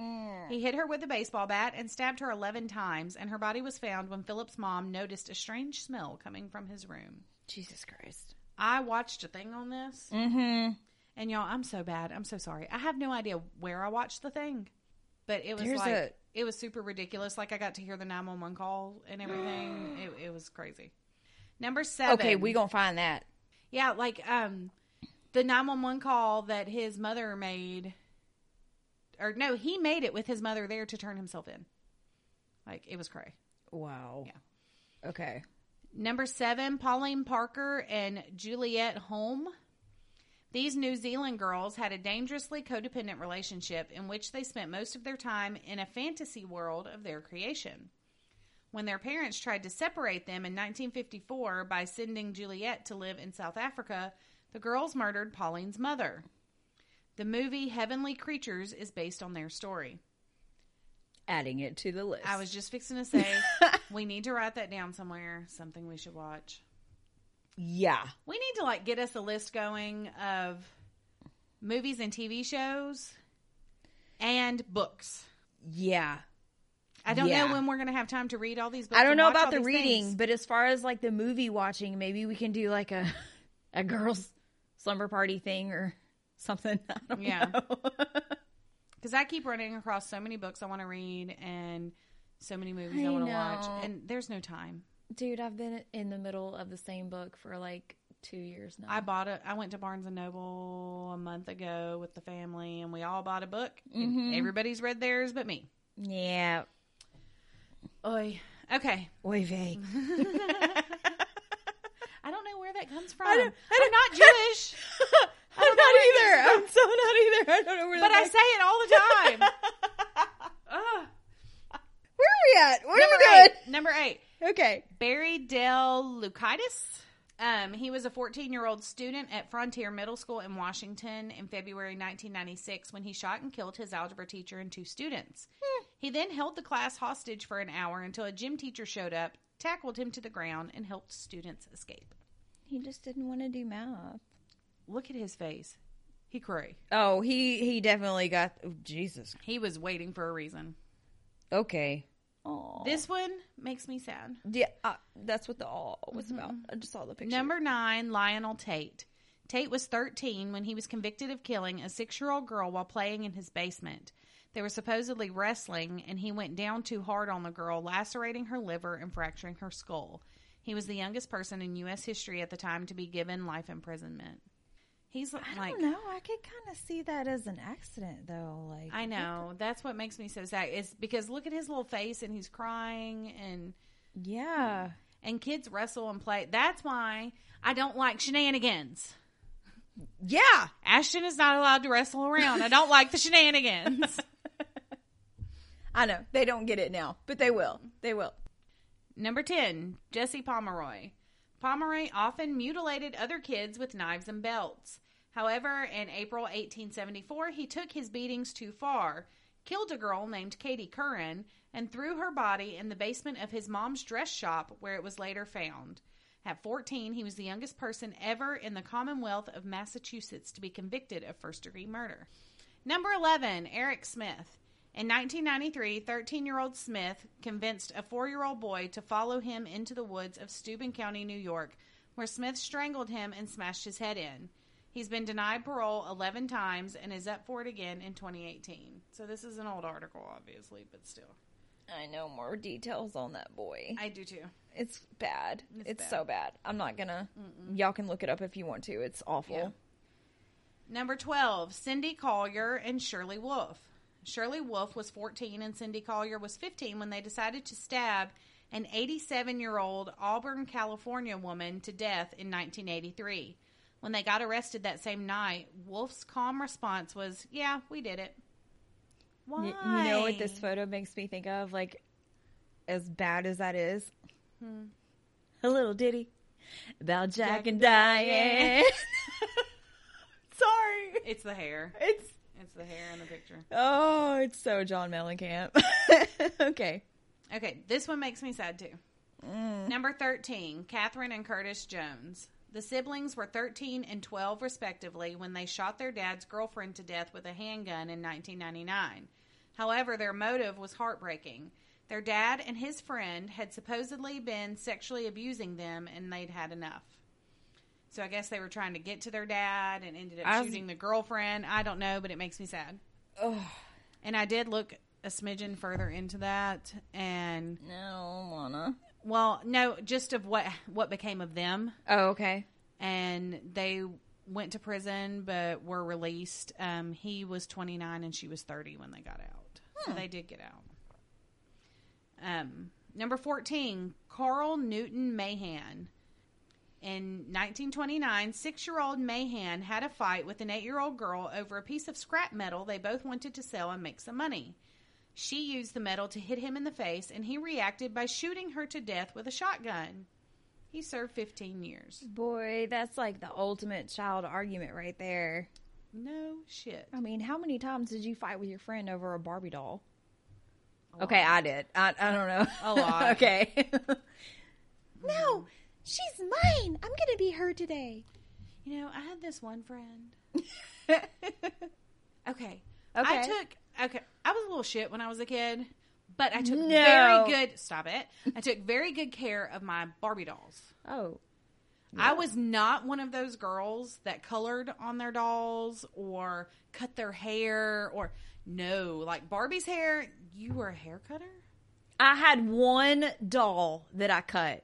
Speaker 1: He hit her with a baseball bat and stabbed her 11 times, and her body was found when Phillips' mom noticed a strange smell coming from his room.
Speaker 2: Jesus Christ.
Speaker 1: I watched a thing on this,
Speaker 2: Mm-hmm.
Speaker 1: and y'all, I'm so bad. I'm so sorry. I have no idea where I watched the thing, but it was
Speaker 2: There's
Speaker 1: like.
Speaker 2: a-
Speaker 1: It was super ridiculous. Like I got to hear the nine one one call and everything. it, it was crazy. Number seven.
Speaker 2: Okay, we gonna find that.
Speaker 1: Yeah, like um the 911 call that his mother made or no, he made it with his mother there to turn himself in. Like it was cray.
Speaker 2: Wow. Okay.
Speaker 1: Number 7, Pauline Parker and Juliet Holm. These New Zealand girls had a dangerously codependent relationship in which they spent most of their time in a fantasy world of their creation. When their parents tried to separate them in 1954 by sending Juliet to live in South Africa, the girls murdered Pauline's mother. The movie Heavenly Creatures is based on their story.
Speaker 2: Adding it to the list.
Speaker 1: I was just fixing to say, we need to write that down somewhere, something we should watch.
Speaker 2: Yeah.
Speaker 1: We need to like get us a list going of movies and TV shows and books.
Speaker 2: Yeah.
Speaker 1: I don't
Speaker 2: Yeah.
Speaker 1: know when we're going to have time to read all these books.
Speaker 2: I don't
Speaker 1: and
Speaker 2: know
Speaker 1: watch
Speaker 2: about
Speaker 1: all
Speaker 2: the
Speaker 1: these
Speaker 2: reading,
Speaker 1: things.
Speaker 2: but as far as like the movie watching, maybe we can do like a a girls slumber party thing or something. I don't
Speaker 1: Yeah.
Speaker 2: know.
Speaker 1: because I keep running across so many books I want to read and so many movies I,
Speaker 2: I
Speaker 1: want to watch,
Speaker 2: know.
Speaker 1: and there's no time.
Speaker 2: Dude, I've been in the middle of the same book for like two years now.
Speaker 1: I bought a. I went to Barnes and Noble a month ago with the family, and we all bought a book.
Speaker 2: Mm-hmm.
Speaker 1: And everybody's read theirs, but me.
Speaker 2: yeah.
Speaker 1: Oy. Okay,
Speaker 2: Oy vey.
Speaker 1: I don't know where that comes from.
Speaker 2: I
Speaker 1: I
Speaker 2: don't- I
Speaker 1: am not Jewish,
Speaker 2: I'm not either. I'm so not either. I don't know where
Speaker 1: but
Speaker 2: the
Speaker 1: I
Speaker 2: fuck-
Speaker 1: say it all the time. Ugh.
Speaker 2: Where are we at? What
Speaker 1: Number
Speaker 2: are we
Speaker 1: eight. Number eight.
Speaker 2: doing? Okay.
Speaker 1: Barry Dell Leucitis. Um, he was a 14 year old student at Frontier Middle School in Washington in February 1996 when he shot and killed his algebra teacher and two students. He then held the class hostage for an hour until a gym teacher showed up, tackled him to the ground, and helped students escape.
Speaker 2: He just didn't want to do math.
Speaker 1: Look at his face. He cray.
Speaker 2: Oh, he he definitely got oh, Jesus.
Speaker 1: He was waiting for a reason.
Speaker 2: Okay. Oh,
Speaker 1: This one makes me sad.
Speaker 2: yeah, uh, that's what the all was about. I just saw the picture.
Speaker 1: Number nine, Lionel Tate. Tate was 13 when he was convicted of killing a six year old girl while playing in his basement. They were supposedly wrestling, and he went down too hard on the girl, lacerating her liver and fracturing her skull. He was the youngest person in U.S. history at the time to be given life imprisonment. He's like,
Speaker 3: I don't know. I could kind of see that as an accident, though. Like
Speaker 1: I know. That's what makes me so sad. Is because look at his little face and he's crying and
Speaker 3: Yeah.
Speaker 1: and kids wrestle and play. That's why I don't like shenanigans.
Speaker 2: yeah,
Speaker 1: Ashton is not allowed to wrestle around. I don't like the shenanigans.
Speaker 2: I know they don't get it now, but they will. They will.
Speaker 1: Number 10, Jesse Pomeroy. Pomeroy often mutilated other kids with knives and belts. However, in April 1874, he took his beatings too far, killed a girl named Katie Curran, and threw her body in the basement of his mom's dress shop where it was later found. At 14, he was the youngest person ever in the Commonwealth of Massachusetts to be convicted of first degree murder. Number 11, Eric Smith. In 1993, 13 year old Smith convinced a four year old boy to follow him into the woods of Steuben County, New York, where Smith strangled him and smashed his head in. He's been denied parole 11 times and is up for it again in 2018. So, this is an old article, obviously, but still.
Speaker 2: I know more details on that boy.
Speaker 1: I do too.
Speaker 2: It's bad. It's,
Speaker 1: It's bad.
Speaker 2: so bad. I'm not gonna. Y'all can look it up if you want to. It's awful.
Speaker 1: Yeah. Number 12, Cindy Collier and Shirley Wolf. Shirley Wolf was 14 and Cindy Collier was 15 when they decided to stab an 87 year old Auburn, California woman to death in 1983. When they got arrested that same night, Wolf's calm response was, Yeah, we did it. Why?
Speaker 2: Y- You know what this photo makes me think of? Like, as bad as that is, a little ditty about Hmm. Jack, and Diane. Sorry,
Speaker 1: It's the hair.
Speaker 2: it's
Speaker 1: It's the hair in the picture.
Speaker 2: oh, it's so John Mellencamp. okay,
Speaker 1: Okay, this one makes me sad too.
Speaker 2: Mm.
Speaker 1: Number 13, Catherine and Curtis Jones. The siblings were 13 and 12, respectively, when they shot their dad's girlfriend to death with a handgun in 1999. However, their motive was heartbreaking. Their dad and his friend had supposedly been sexually abusing them, and they'd had enough. So I guess they were trying to get to their dad and ended up
Speaker 2: I was-
Speaker 1: shooting the girlfriend. I don't know, but it makes me sad.
Speaker 2: oh
Speaker 1: And I did look a smidgen further into that, and
Speaker 2: no, Lana.
Speaker 1: well, no, just of what what became of them,
Speaker 2: Oh, okay.
Speaker 1: and they went to prison but were released. Um, he was 29 and she was 30 when they got out, so they did get out. Um, number 14, Carl Newton Mahan. In 1929, six year old Mahan had a fight with an eight year old girl over a piece of scrap metal they both wanted to sell and make some money. She used the metal to hit him in the face, and he reacted by shooting her to death with a shotgun. He served 15 years.
Speaker 2: Boy, that's like the ultimate child argument right there.
Speaker 1: No shit.
Speaker 2: I mean, how many times did you fight with your friend over a Barbie doll? okay, I did. I, I don't know.
Speaker 1: A lot.
Speaker 2: okay.
Speaker 3: No, she's mine. I'm gonna be her today.
Speaker 1: You know, I had this one friend. Okay. I
Speaker 2: Okay.
Speaker 1: took, okay, I was a little shit when I was a kid, but I took
Speaker 2: No.
Speaker 1: very good, stop it. I took very good care of my Barbie dolls.
Speaker 2: oh.
Speaker 1: I was not one of those girls that colored on their dolls or cut their hair or no, like Barbie's hair, you were a hair cutter?
Speaker 2: I had one doll that I cut.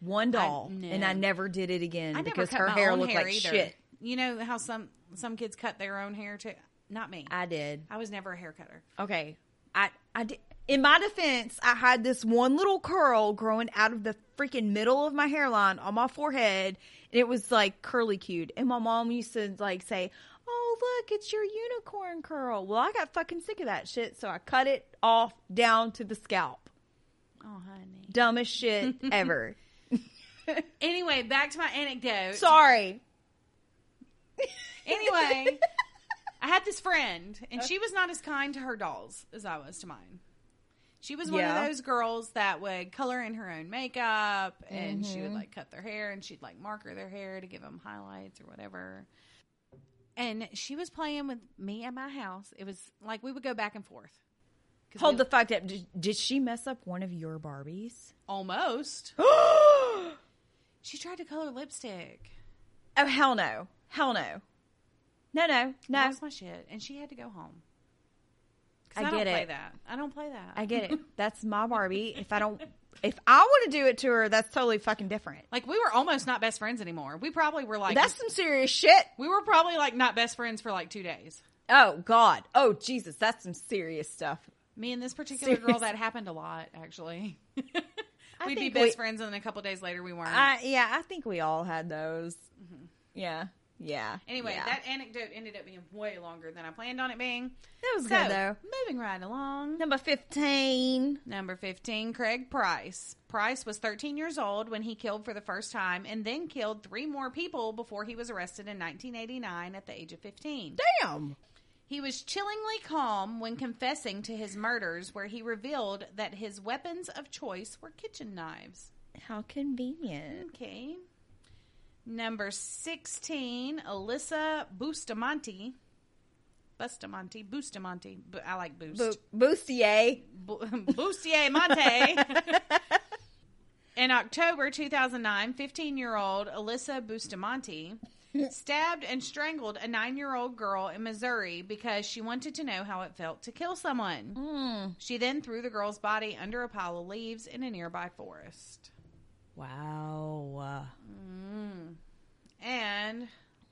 Speaker 2: One doll.
Speaker 1: no.
Speaker 2: And I never did it again
Speaker 1: I never
Speaker 2: because
Speaker 1: cut
Speaker 2: her
Speaker 1: my
Speaker 2: hair
Speaker 1: own
Speaker 2: looked
Speaker 1: hair
Speaker 2: like
Speaker 1: either.
Speaker 2: shit.
Speaker 1: You know how some some kids cut their own hair too? Not me. I,
Speaker 2: I did.
Speaker 1: was never a hair cutter.
Speaker 2: Okay. I I did. In my defense, I had this one little curl growing out of the freaking middle of my hairline on my forehead, and it was like curly cute. And my mom used to like say, "Oh, look, it's your unicorn curl." Well, I got fucking sick of that shit, so I cut it off down to the scalp.
Speaker 1: Oh, honey.
Speaker 2: Dumbest shit ever.
Speaker 1: Anyway, back to my anecdote.
Speaker 2: Sorry.
Speaker 1: anyway, I had this friend, and she was not as kind to her dolls as I was to mine. She was one
Speaker 2: Yeah.
Speaker 1: of those girls that would color in her own makeup, and she
Speaker 2: Mm-hmm.
Speaker 1: would like cut their hair, and she'd like marker their hair to give them highlights or whatever. And she was playing with me at my house. It was like we would go back and forth.
Speaker 2: Hold the fuck up. Did, did she mess up one of your Barbies?
Speaker 1: Almost.
Speaker 2: oh
Speaker 1: She tried to color lipstick.
Speaker 2: hell no! Hell no! No no no!
Speaker 1: Lost my shit, and she had to go home. 'Cause
Speaker 2: I
Speaker 1: don't
Speaker 2: get
Speaker 1: play
Speaker 2: it.
Speaker 1: that. I don't play that.
Speaker 2: I get it. That's my Barbie. If I don't, if I want to do it to her, that's totally fucking different.
Speaker 1: like we were almost not best friends anymore. We probably were like
Speaker 2: That's some serious shit.
Speaker 1: we were probably like not best friends for like two days.
Speaker 2: Oh God. Oh Jesus. That's some serious stuff.
Speaker 1: Me and this particular girl,
Speaker 2: Seriously.
Speaker 1: that happened a lot actually. We'd be
Speaker 2: think
Speaker 1: best
Speaker 2: we-
Speaker 1: friends, and then a couple days later we weren't.
Speaker 2: I yeah. I think we all had those. Yeah. Yeah.
Speaker 1: Mm-hmm. anyway,
Speaker 2: yeah.
Speaker 1: that anecdote ended up being way longer than I planned on it being.
Speaker 2: that was
Speaker 1: So,
Speaker 2: good though.
Speaker 1: moving right along.
Speaker 2: Number fifteen.
Speaker 1: Number 15, Craig Price. Price was 13 years old when he killed for the first time and then killed three more people before he was arrested in 1989 at the age of 15.
Speaker 2: Damn.
Speaker 1: He was chillingly calm when confessing to his murders, where he revealed that his weapons of choice were kitchen knives.
Speaker 2: How convenient.
Speaker 1: Okay. Number 16, Alyssa Bustamante. Bustamante, Bustamante. Bu- I like Boost.
Speaker 2: Bu- Bustier.
Speaker 1: Bu- Bustier Monte. In October 2009, 15 year old Alyssa Bustamante stabbed and strangled a nine year old girl in Missouri because she wanted to know how it felt to kill someone. She then threw the girl's body under a pile of leaves in a nearby forest.
Speaker 2: Wow.
Speaker 1: And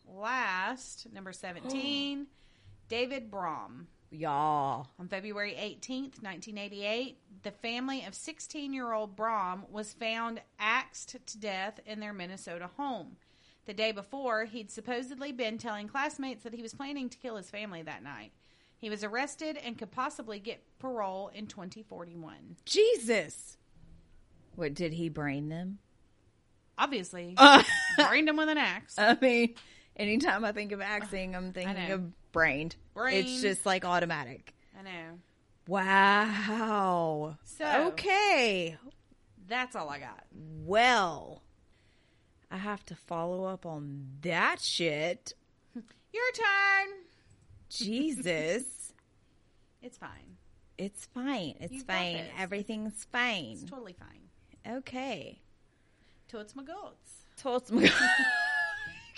Speaker 1: last, number 17, David Brom.
Speaker 2: Y'all.
Speaker 1: On February 18th, 1988, the family of 16 year old Brom was found axed to death in their Minnesota home. The day before, he'd supposedly been telling classmates that he was planning to kill his family that night. He was arrested and could possibly get parole in 2041.
Speaker 2: Jesus. What did he brain them?
Speaker 1: Obviously, brained him with an axe.
Speaker 2: I mean, anytime I think of axing, I'm thinking
Speaker 1: know.
Speaker 2: of brained.
Speaker 1: Brained.
Speaker 2: It's just like automatic.
Speaker 1: I know.
Speaker 2: Wow.
Speaker 1: So-
Speaker 2: okay.
Speaker 1: That's all I got.
Speaker 2: Well, I have to follow up on that shit.
Speaker 1: Your turn.
Speaker 2: Jesus.
Speaker 1: It's fine.
Speaker 2: it's fine. It's
Speaker 1: You got
Speaker 2: fine.
Speaker 1: this.
Speaker 2: Everything's
Speaker 1: It's
Speaker 2: fine.
Speaker 1: totally fine.
Speaker 2: Okay.
Speaker 1: Totes my goats.
Speaker 2: Told some.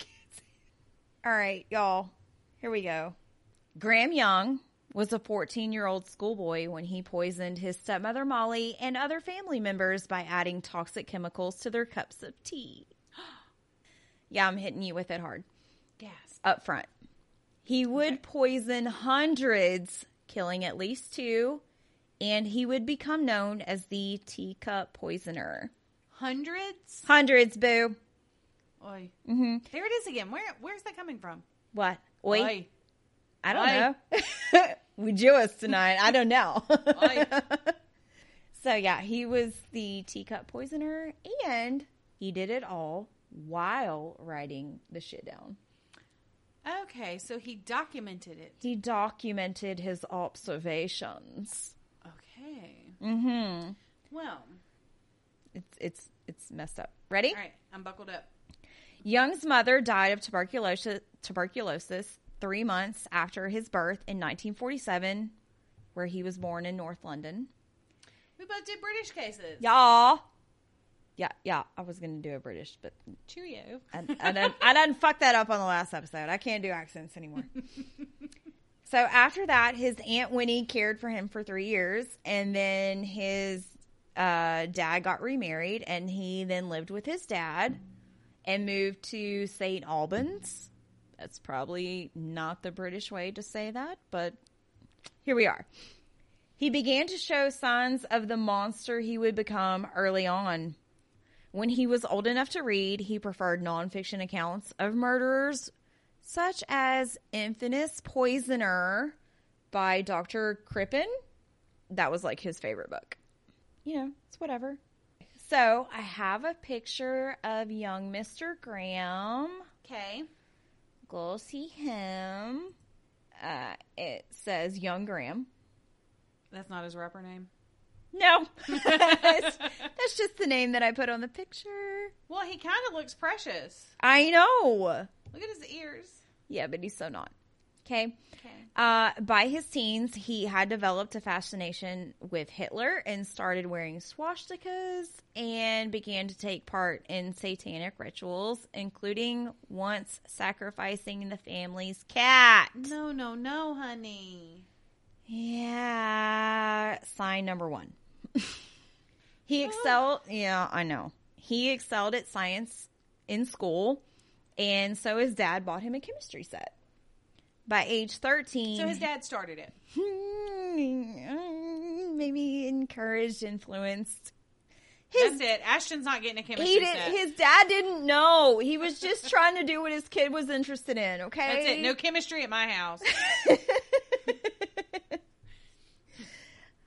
Speaker 2: All right, y'all. Here we go. Graham Young was a 14 year old schoolboy when he poisoned his stepmother Molly and other family members by adding toxic chemicals to their cups of tea. yeah, I'm hitting you with it hard
Speaker 1: Gasp.
Speaker 2: up front. He would poison hundreds, killing at least two, and he would become known as the teacup poisoner.
Speaker 1: Hundreds?
Speaker 2: Hundreds, boo.
Speaker 1: Oi. Mm-hmm. There it is again. Where Where's that coming from?
Speaker 2: What? Oi.
Speaker 1: Oi.
Speaker 2: I
Speaker 1: Oi.
Speaker 2: don't know. we Jewish tonight. I don't know.
Speaker 1: Oi.
Speaker 2: so yeah, he was the teacup poisoner, and he did it all while writing the shit down.
Speaker 1: Okay, so he documented it.
Speaker 2: He documented his observations.
Speaker 1: Okay.
Speaker 2: Mm-hmm.
Speaker 1: Well,
Speaker 2: It's it's it's messed up. Ready?
Speaker 1: all right, I'm buckled up.
Speaker 2: Young's mother died of tuberculosis, tuberculosis three months after his birth in 1947, where he was born in North London.
Speaker 1: We both did British cases.
Speaker 2: y'all. Yeah, yeah. I was gonna do a British, but
Speaker 1: Cheerio.
Speaker 2: I, I done I done fucked that up on the last episode. I can't do accents anymore. so after that, his aunt Winnie cared for him for three years, and then his uh, dad got remarried, and he then lived with his dad and moved to St. Albans. That's probably not the British way to say that, but here we are. He began to show signs of the monster he would become early on. When he was old enough to read, he preferred nonfiction accounts of murderers, such as Infamous Poisoner by Dr. Crippen. That was like his favorite book. You know, it's whatever. So I have a picture of young Mr. Graham.
Speaker 1: Okay.
Speaker 2: Go see him. Uh, it says Young Graham.
Speaker 1: That's not his rapper name.
Speaker 2: No, that's, that's just the name that I put on the picture.
Speaker 1: Well, he kind of looks precious.
Speaker 2: I know.
Speaker 1: Look at his ears.
Speaker 2: Yeah, but he's so not. Okay. Uh, by his teens, he had developed a fascination with Hitler and started wearing swastikas and began to take part in satanic rituals, including once sacrificing the family's cat.
Speaker 1: No, no, no, honey.
Speaker 2: Yeah. Sign number one. he excelled. Yeah, I know. He excelled at science in school, and so his dad bought him a chemistry set. By age 13,
Speaker 1: So his dad started it.
Speaker 2: maybe encouraged, influenced.
Speaker 1: That's
Speaker 2: His,
Speaker 1: it. Ashton's not getting a chemistry
Speaker 2: he did,
Speaker 1: set.
Speaker 2: his dad didn't know. He was just trying to do what his kid was interested in, okay?
Speaker 1: That's it. No chemistry at my house.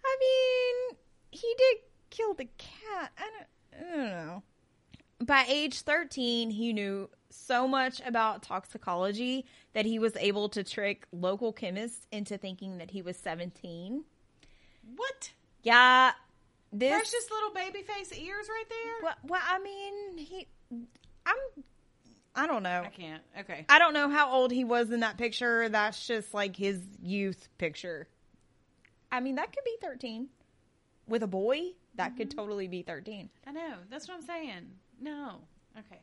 Speaker 2: I mean, he did kill the cat. I don't, I don't know. By age 13, he knew so much about toxicology that he was able to trick local chemists into thinking that he was 17.
Speaker 1: what?
Speaker 2: Yeah, this.
Speaker 1: Precious little baby face ears right there.
Speaker 2: well, well, I mean, he. I'm. I don't know.
Speaker 1: I can't. Okay.
Speaker 2: I don't know how old he was in that picture. That's just like his youth picture. I mean, that could be 13. With a boy, that could totally be 13.
Speaker 1: I know. That's what I'm saying. No. Okay.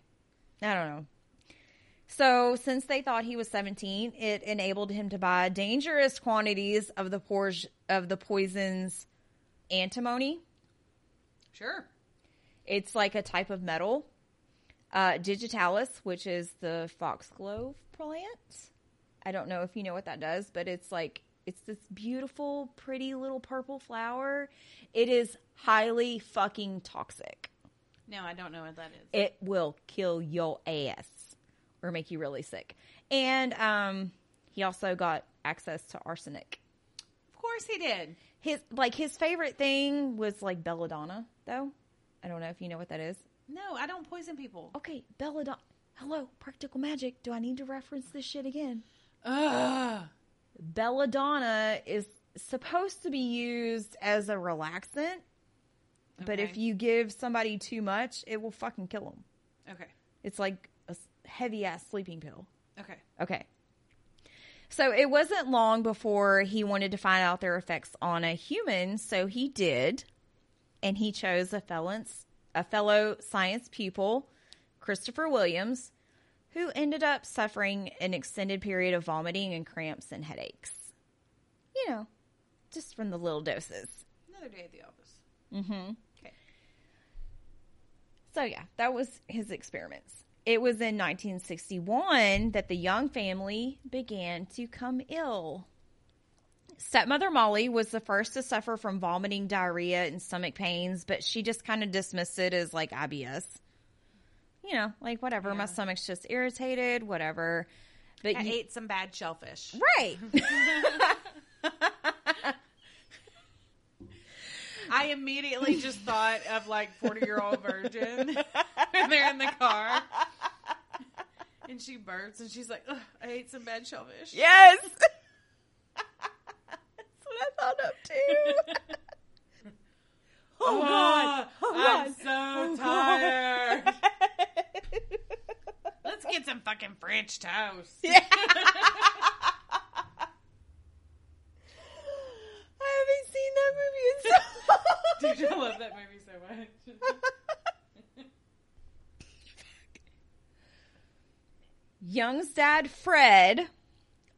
Speaker 2: I don't know. So, since they thought he was 17, it enabled him to buy dangerous quantities of the por- of the poison's antimony.
Speaker 1: Sure.
Speaker 2: It's like a type of metal. Uh, digitalis, which is the foxglove plant. I don't know if you know what that does, but it's like it's this beautiful, pretty little purple flower. It is highly fucking toxic.
Speaker 1: No, I don't know what that is.
Speaker 2: It will kill your ass or make you really sick. And um, he also got access to arsenic.
Speaker 1: Of course he did.
Speaker 2: His like his favorite thing was like belladonna, though. I don't know if you know what that is.
Speaker 1: No, I don't poison people.
Speaker 2: Okay, Belladonna. Hello, practical magic. Do I need to reference this shit again?
Speaker 1: Ugh.
Speaker 2: Belladonna is supposed to be used as a relaxant, but if
Speaker 1: Okay.
Speaker 2: you give somebody too much, it will fucking kill them.
Speaker 1: Okay.
Speaker 2: It's like a heavy ass sleeping pill.
Speaker 1: Okay.
Speaker 2: Okay. So it wasn't long before he wanted to find out their effects on a human, so he did. And he chose a fellow, a fellow science pupil, Christopher Williams, who ended up suffering an extended period of vomiting and cramps and headaches. You know, just from the little doses.
Speaker 1: Another day at the office.
Speaker 2: So yeah, that was his experiments. It was in 1961 that the Young family began to come ill. Stepmother Molly was the first to suffer from vomiting, diarrhea, and stomach pains, but she just kind of dismissed it as like IBS. You know, like whatever, my stomach's just irritated, whatever. But
Speaker 1: I
Speaker 2: you,
Speaker 1: ate some bad shellfish.
Speaker 2: right.
Speaker 1: I immediately just thought of like 40 year old virgin. and they're in the car. And she burps and she's like, Ugh, I ate some bad shellfish.
Speaker 2: Yes. That's what I thought of too. oh god.
Speaker 1: Ah,
Speaker 2: Oh god.
Speaker 1: I'm so tired. Let's get some fucking French toast.
Speaker 2: I haven't seen that movie in so long.
Speaker 1: Dude, I love that movie so much.
Speaker 2: Young's dad, Fred,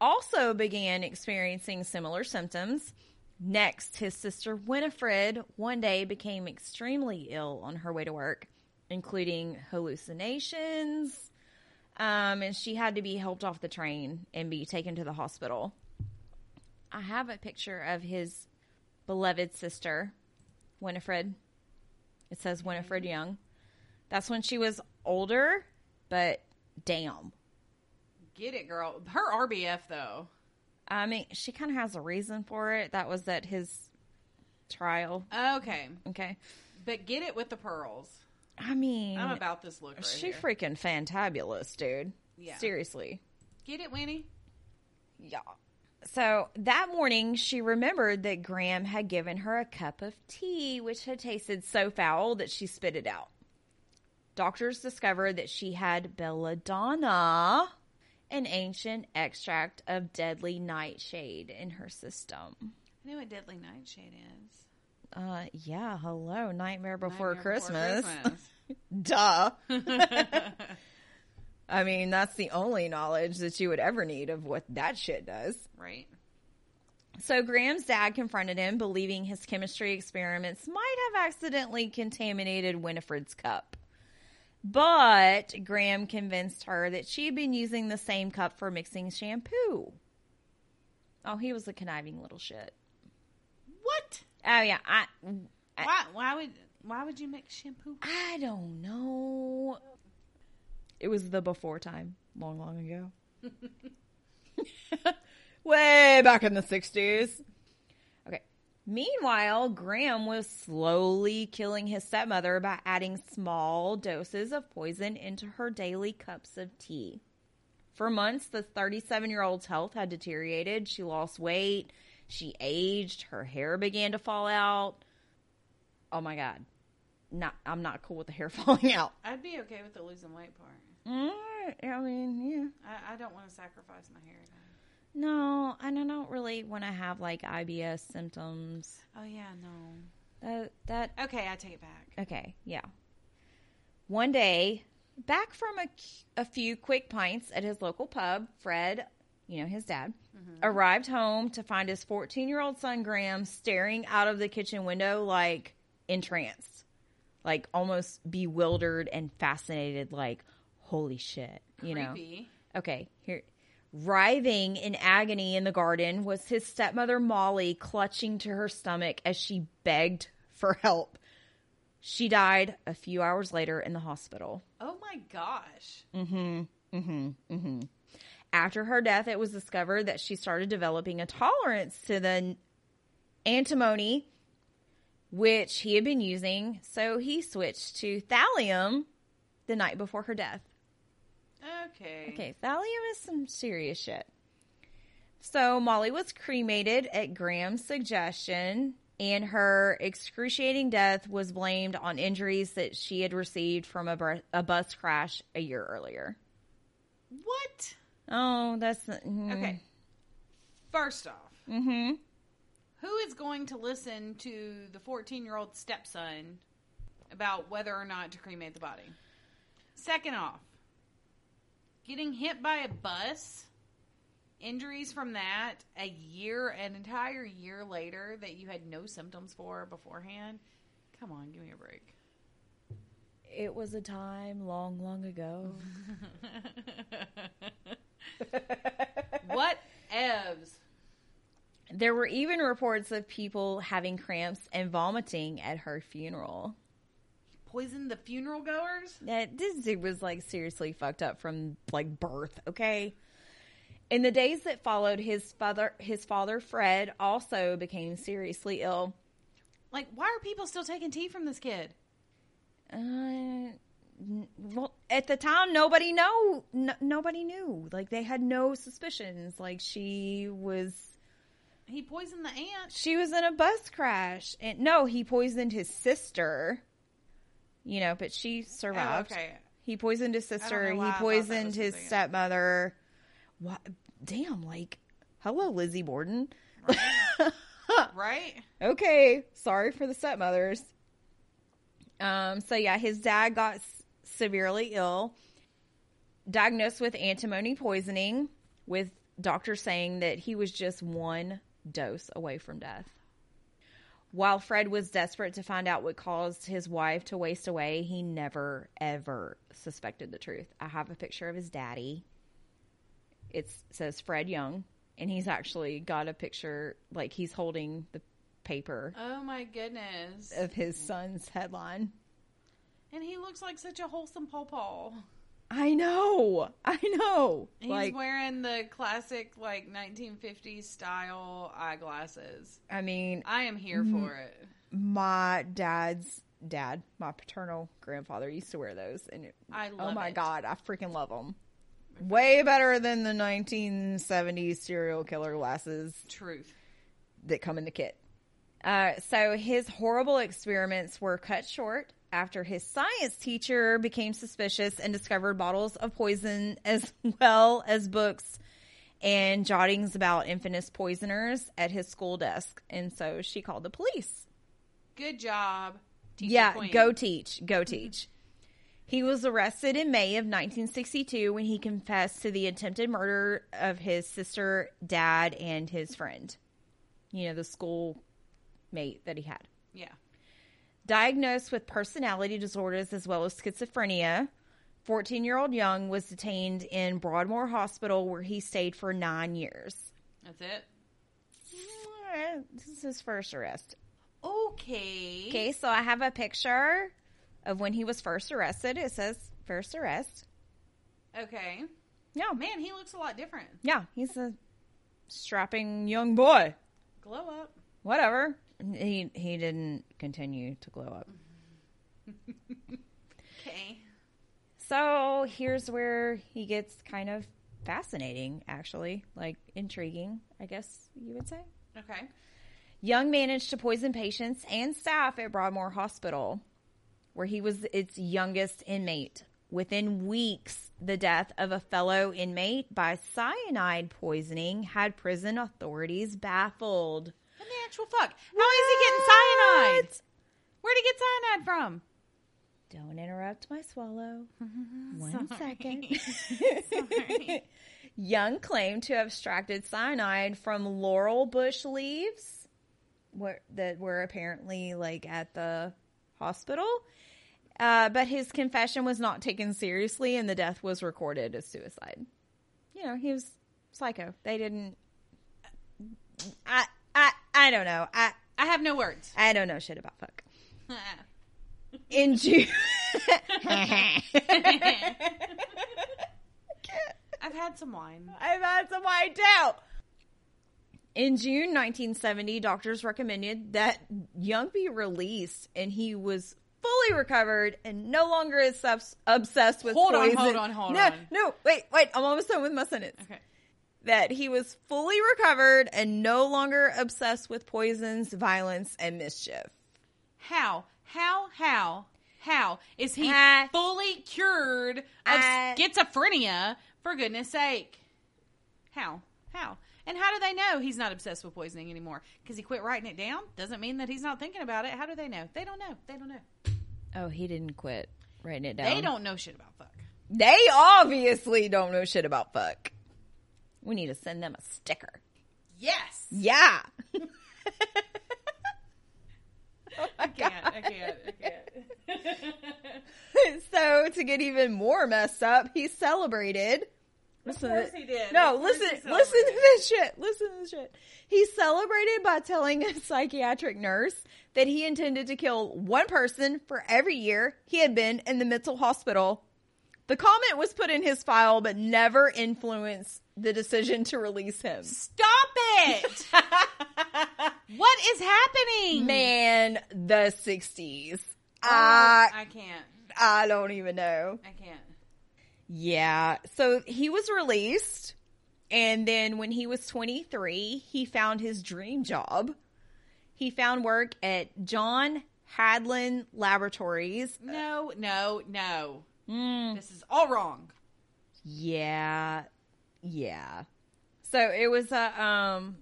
Speaker 2: also began experiencing similar symptoms. Next, his sister Winifred one day became extremely ill on her way to work, including hallucinations. Um, and she had to be helped off the train and be taken to the hospital. I have a picture of his beloved sister, Winifred. It says Winifred Young. That's when she was older, but damn.
Speaker 1: Get it, girl. Her RBF though.
Speaker 2: I mean, she kind of has a reason for it. That was at his trial.
Speaker 1: Okay,
Speaker 2: Okay.
Speaker 1: but get it with the pearls.
Speaker 2: I mean,
Speaker 1: I'm about this look right
Speaker 2: she
Speaker 1: here.
Speaker 2: freaking fantabulous, dude.
Speaker 1: Yeah.
Speaker 2: Seriously.
Speaker 1: get it, Winnie.
Speaker 2: Yeah. So that morning, she remembered that Graham had given her a cup of tea, which had tasted so foul that she spit it out. Doctors discovered that she had belladonna, an ancient extract of deadly nightshade in her system.
Speaker 1: I know what deadly nightshade is.
Speaker 2: Uh, yeah, hello, Nightmare Before,
Speaker 1: Nightmare
Speaker 2: Christmas. Duh. I mean, that's the only knowledge that you would ever need of what that shit does.
Speaker 1: right.
Speaker 2: So Graham's dad confronted him, believing his chemistry experiments might have accidentally contaminated Winifred's cup. But Graham convinced her that she had been using the same cup for mixing shampoo. Oh, he was a conniving little shit.
Speaker 1: What?
Speaker 2: Oh yeah, I I-
Speaker 1: Why? Why would? Why would you mix shampoo?
Speaker 2: I don't know. It was the before time, long, long ago. Way back in the 60s. Okay. Meanwhile, Graham was slowly killing his stepmother by adding small doses of poison into her daily cups of tea. For months, the 37 year old's health had deteriorated. She lost weight, she aged, her hair began to fall out. Oh my God not I'm not cool with the hair falling out.
Speaker 1: I'd be okay with the losing weight part.
Speaker 2: I mean, yeah.
Speaker 1: I, I don't want to sacrifice my hair. Again.
Speaker 2: No, and I don't really want to have like IBS symptoms.
Speaker 1: Oh yeah, no.
Speaker 2: That that
Speaker 1: Okay, I take it back.
Speaker 2: okay, yeah. One day, back from a, c- a few quick pints at his local pub, Fred, you know his dad, arrived home to find his 14 year old son Graham staring out of the kitchen window like entranced, like almost bewildered and fascinated, like holy shit, you know.
Speaker 1: Creepy.
Speaker 2: Okay, here. Writhing in agony in the garden was his stepmother Molly clutching to her stomach as she begged for help. She died a few hours later in the hospital.
Speaker 1: Oh my gosh.
Speaker 2: After her death, it was discovered that she started developing a tolerance to the n- antimony, which he had been using, so he switched to thallium the night before her death.
Speaker 1: Okay.
Speaker 2: Okay, thallium is some serious shit. So Molly was cremated at Graham's suggestion, and her excruciating death was blamed on injuries that she had received from a, br- a bus crash a year earlier.
Speaker 1: What?
Speaker 2: Oh, that's mm,
Speaker 1: Okay. First off,
Speaker 2: mhm.
Speaker 1: who is going to listen to the 14 year old stepson about whether or not to cremate the body? Second off, getting hit by a bus, injuries from that a year, an entire year later that you had no symptoms for beforehand. Come on, give me a break.
Speaker 2: It was a time long, long ago.
Speaker 1: What evs?
Speaker 2: There were even reports of people having cramps and vomiting at her funeral.
Speaker 1: Poison the funeral goers?
Speaker 2: That this dude was like seriously fucked up from like birth, okay? In the days that followed, his father his father Fred also became seriously ill.
Speaker 1: Like, why are people still taking tea from this kid?
Speaker 2: Uh, n- well, at the time, nobody know n- nobody knew. Like they had no suspicions. Like she was
Speaker 1: He poisoned the aunt.
Speaker 2: she was in a bus crash, and no, he poisoned his sister. You know, but she survived.
Speaker 1: Oh, okay.
Speaker 2: He poisoned his
Speaker 1: know
Speaker 2: sister.
Speaker 1: why I
Speaker 2: He
Speaker 1: thought that
Speaker 2: poisoned
Speaker 1: was
Speaker 2: his
Speaker 1: something else.
Speaker 2: stepmother. What? Damn! Like, hello, Lizzie Borden.
Speaker 1: Right?
Speaker 2: okay, sorry for the stepmothers. Um. So yeah, his dad got s- severely ill, diagnosed with antimony poisoning, with doctors saying that he was just one dose away from death. While Fred was desperate to find out what caused his wife to waste away, he never, ever suspected the truth. I have a picture of his daddy. It says Fred Young, and he's actually got a picture, like he's holding the paper
Speaker 1: Oh my goodness.
Speaker 2: of his son's headline.
Speaker 1: And he looks like such a wholesome Paul Paul.
Speaker 2: I know. I know.
Speaker 1: He's
Speaker 2: like,
Speaker 1: wearing the classic like 1950s style eyeglasses.
Speaker 2: I mean,
Speaker 1: I am here
Speaker 2: Mm-hmm.
Speaker 1: for it.
Speaker 2: my dad's dad, my paternal grandfather used to wear those, and it-
Speaker 1: I
Speaker 2: oh
Speaker 1: love
Speaker 2: my
Speaker 1: it.
Speaker 2: god, I freaking love them. Way better than the 1970s serial killer glasses
Speaker 1: Truth.
Speaker 2: that come in the kit. Uh, so his horrible experiments were cut short after his science teacher became suspicious and discovered bottles of poison as well as books and jottings about infamous poisoners at his school desk. And so she called the police.
Speaker 1: Good job. Teacher
Speaker 2: yeah,
Speaker 1: Queen.
Speaker 2: go teach, go teach. He was arrested in May of 1962 when he confessed to the attempted murder of his sister, dad, and his friend. You know, the school mate that he had
Speaker 1: Yeah.
Speaker 2: diagnosed with personality disorders as well as schizophrenia. 14 year old Young was detained in Broadmoor Hospital where he stayed for nine years.
Speaker 1: That's it.
Speaker 2: This is his first arrest.
Speaker 1: Okay.
Speaker 2: Okay, so I have a picture of when he was first arrested. It says first arrest.
Speaker 1: Okay.
Speaker 2: Yeah,
Speaker 1: Man, he looks a lot different.
Speaker 2: yeah, he's a strapping young boy.
Speaker 1: Glow up.
Speaker 2: Whatever. He he didn't continue to glow up.
Speaker 1: Okay.
Speaker 2: So here's where he gets kind of fascinating, actually, like intriguing, I guess you would say.
Speaker 1: Okay.
Speaker 2: Young managed to poison patients and staff at Broadmoor Hospital, where he was its youngest inmate. Within weeks, the death of a fellow inmate by cyanide poisoning had prison authorities baffled.
Speaker 1: What the actual fuck? How is he getting cyanide? Where'd he get cyanide from?
Speaker 2: Don't interrupt my swallow. One second.
Speaker 1: Sorry.
Speaker 2: Young claimed to have extracted cyanide from laurel bush leaves where, that were apparently like at the hospital. Uh, but his confession was not taken seriously and the death was recorded as suicide. You know, he was psycho. They didn't I I I don't know. I
Speaker 1: I have no words.
Speaker 2: I don't know shit about fuck. In June
Speaker 1: I've had some wine.
Speaker 2: I've had some white out. In June 1970, doctors recommended that Young be released, and he was fully recovered and no longer is subs- obsessed with
Speaker 1: Hold on,
Speaker 2: poison.
Speaker 1: hold on, hold
Speaker 2: no,
Speaker 1: on.
Speaker 2: No, wait, wait. I'm almost done with my sentence.
Speaker 1: Okay.
Speaker 2: That he was fully recovered and no longer obsessed with poisons, violence, and mischief.
Speaker 1: How? How? How? How is he
Speaker 2: I-
Speaker 1: fully cured of
Speaker 2: I-
Speaker 1: schizophrenia? For goodness sake. How? How? And how do they know he's not obsessed with poisoning anymore? Because he quit writing it down? Doesn't mean that he's not thinking about it. How do they know? They don't know. They don't know.
Speaker 2: Oh, he didn't quit writing it
Speaker 1: They don't know shit about fuck.
Speaker 2: They obviously don't know shit about fuck. We need to send them a sticker.
Speaker 1: Yes.
Speaker 2: Yeah.
Speaker 1: Oh, I can't. I can't. I can't.
Speaker 2: so to get even more messed up, he celebrated. Listen to
Speaker 1: course
Speaker 2: thi-
Speaker 1: he did.
Speaker 2: No,
Speaker 1: Of course
Speaker 2: listen,
Speaker 1: he
Speaker 2: listen to
Speaker 1: celebrated.
Speaker 2: this shit. Listen to this shit. He celebrated by telling a psychiatric nurse that he intended to kill one person for every year he had been in the mental hospital. The comment was put in his file, but never influenced the decision to release him.
Speaker 1: Stop it!
Speaker 2: Uh,
Speaker 1: what is happening?
Speaker 2: Man, the 60s.
Speaker 1: Oh,
Speaker 2: I,
Speaker 1: I can't.
Speaker 2: I don't even know.
Speaker 1: I can't.
Speaker 2: Yeah. So he was released. And then when he was 23, he found his dream job. He found work at John Hadlin Laboratories.
Speaker 1: No, no, no.
Speaker 2: Mm,
Speaker 1: This is all wrong.
Speaker 2: yeah. Yeah. So it was a um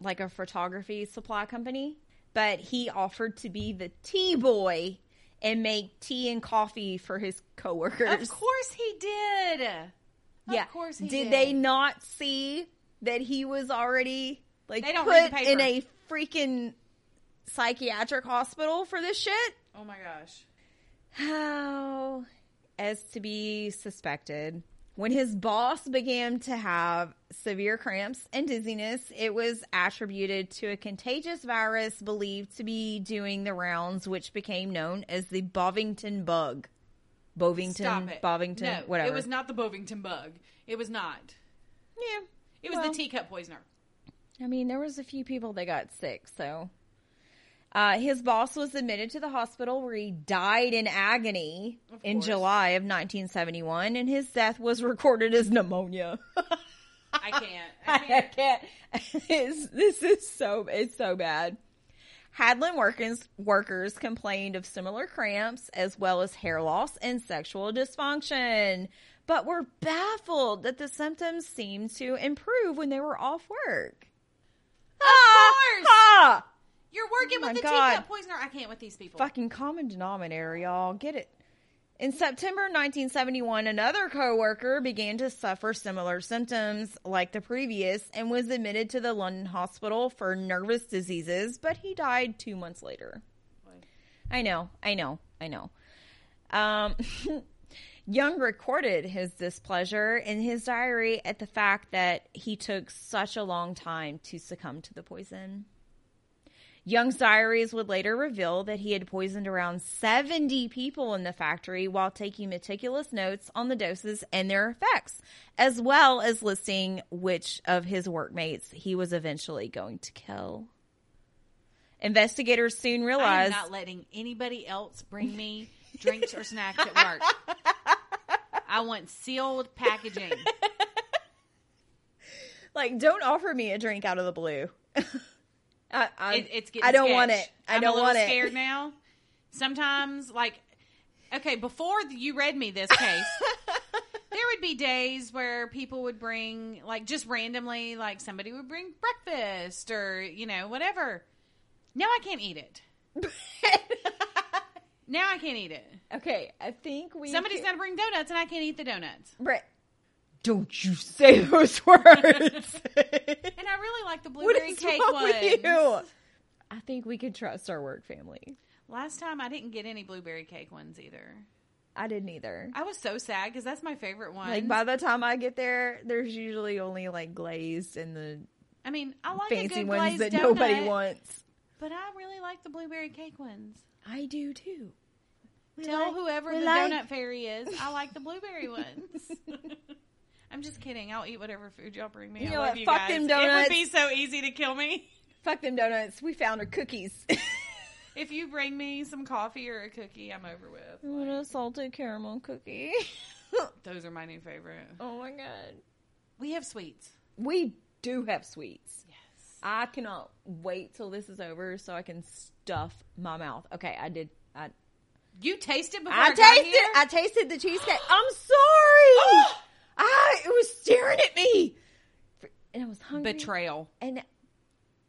Speaker 2: like a photography supply company, but he offered to be the tea boy and make tea and coffee for his coworkers.
Speaker 1: Of course he did. Of
Speaker 2: yeah.
Speaker 1: course he
Speaker 2: did.
Speaker 1: did.
Speaker 2: they not see that he was already like
Speaker 1: They don't read
Speaker 2: put
Speaker 1: the
Speaker 2: in a
Speaker 1: paper.
Speaker 2: freaking psychiatric hospital for this shit?
Speaker 1: Oh my gosh.
Speaker 2: How as to be suspected. When his boss began to have severe cramps and dizziness, it was attributed to a contagious virus believed to be doing the rounds, which became known as the Bovington bug. Bovington,
Speaker 1: Stop it.
Speaker 2: Bovington,
Speaker 1: no,
Speaker 2: whatever.
Speaker 1: It was not the Bovington bug. It was not.
Speaker 2: yeah.
Speaker 1: It was
Speaker 2: Well.
Speaker 1: the teacup poisoner.
Speaker 2: I mean, there was a few people that got sick, so. Uh, his boss was admitted to the hospital where he died in agony
Speaker 1: Of
Speaker 2: in
Speaker 1: course.
Speaker 2: July of 1971, and his death was recorded as pneumonia.
Speaker 1: I can't. I
Speaker 2: I
Speaker 1: can't.
Speaker 2: can't. It's, this is so it's so bad. Hadlin workers, workers complained of similar cramps as well as hair loss and sexual dysfunction, but were baffled that the symptoms seemed to improve when they were off work.
Speaker 1: Of course.
Speaker 2: Ah!
Speaker 1: You're working
Speaker 2: Oh my
Speaker 1: with the
Speaker 2: God.
Speaker 1: teacup poisoner. I can't with these people.
Speaker 2: fucking common denominator, y'all. Get it. In September 1971, another coworker began to suffer similar symptoms like the previous and was admitted to the London hospital for nervous diseases, but he died 2 months later. I know, I know, I know. Um, Young recorded his displeasure in his diary at the fact that he took such a long time to succumb to the poison. Young's diaries would later reveal that he had poisoned around 70 people in the factory while taking meticulous notes on the doses and their effects, as well as listing which of his workmates he was eventually going to kill. Investigators soon
Speaker 1: I am
Speaker 2: realized
Speaker 1: not letting anybody else bring me drinks or snacks at work. I want sealed packaging.
Speaker 2: Like, don't offer me a drink out of the blue. I, I,
Speaker 1: It, it's getting.
Speaker 2: I don't want
Speaker 1: sketch.
Speaker 2: it. I
Speaker 1: I'm a
Speaker 2: don't
Speaker 1: little
Speaker 2: want it.
Speaker 1: Scared now. Sometimes, like, okay, before you read me this case, there would be days where people would bring, like, just randomly, like somebody would bring breakfast or you know whatever. Now I can't eat it. Now I can't eat it.
Speaker 2: okay, I think we.
Speaker 1: Somebody's gonna bring donuts, and I can't eat the donuts.
Speaker 2: Brett, don't you say those words.
Speaker 1: And I really like the
Speaker 2: what
Speaker 1: blueberry
Speaker 2: is
Speaker 1: cake
Speaker 2: wrong
Speaker 1: one.
Speaker 2: with you? I think we could trust our work family.
Speaker 1: Last time I didn't get any blueberry cake ones either.
Speaker 2: I didn't either.
Speaker 1: I was so sad because that's my favorite one.
Speaker 2: Like by the time I get there, there's usually only like glazed and the
Speaker 1: I mean, I like a
Speaker 2: fancy
Speaker 1: good
Speaker 2: ones
Speaker 1: glazed
Speaker 2: that
Speaker 1: donut,
Speaker 2: nobody wants.
Speaker 1: but I really like the blueberry cake ones.
Speaker 2: I do too.
Speaker 1: Tell
Speaker 2: like-
Speaker 1: whoever
Speaker 2: we
Speaker 1: the
Speaker 2: like-
Speaker 1: donut fairy is, I like the blueberry ones. I'm just kidding. I'll eat whatever food y'all bring me.
Speaker 2: You
Speaker 1: I
Speaker 2: know
Speaker 1: love
Speaker 2: what?
Speaker 1: you
Speaker 2: Fuck
Speaker 1: guys.
Speaker 2: them
Speaker 1: It would
Speaker 2: donuts.
Speaker 1: be so easy to kill me
Speaker 2: Fuck them donuts. We found our cookies.
Speaker 1: if you bring me some coffee or a cookie. I'm over with.
Speaker 2: want a salted caramel cookie.
Speaker 1: Those are my new favorite.
Speaker 2: oh my god.
Speaker 1: We have sweets.
Speaker 2: We do have sweets.
Speaker 1: Yes.
Speaker 2: I cannot wait till this is over so I can stuff my mouth. Okay, I did. I,
Speaker 1: You tasted before I,
Speaker 2: I
Speaker 1: got
Speaker 2: tasted.
Speaker 1: here?
Speaker 2: I tasted the cheesecake. I'm sorry. I it was staring at me, and I was hungry.
Speaker 1: Betrayal.
Speaker 2: And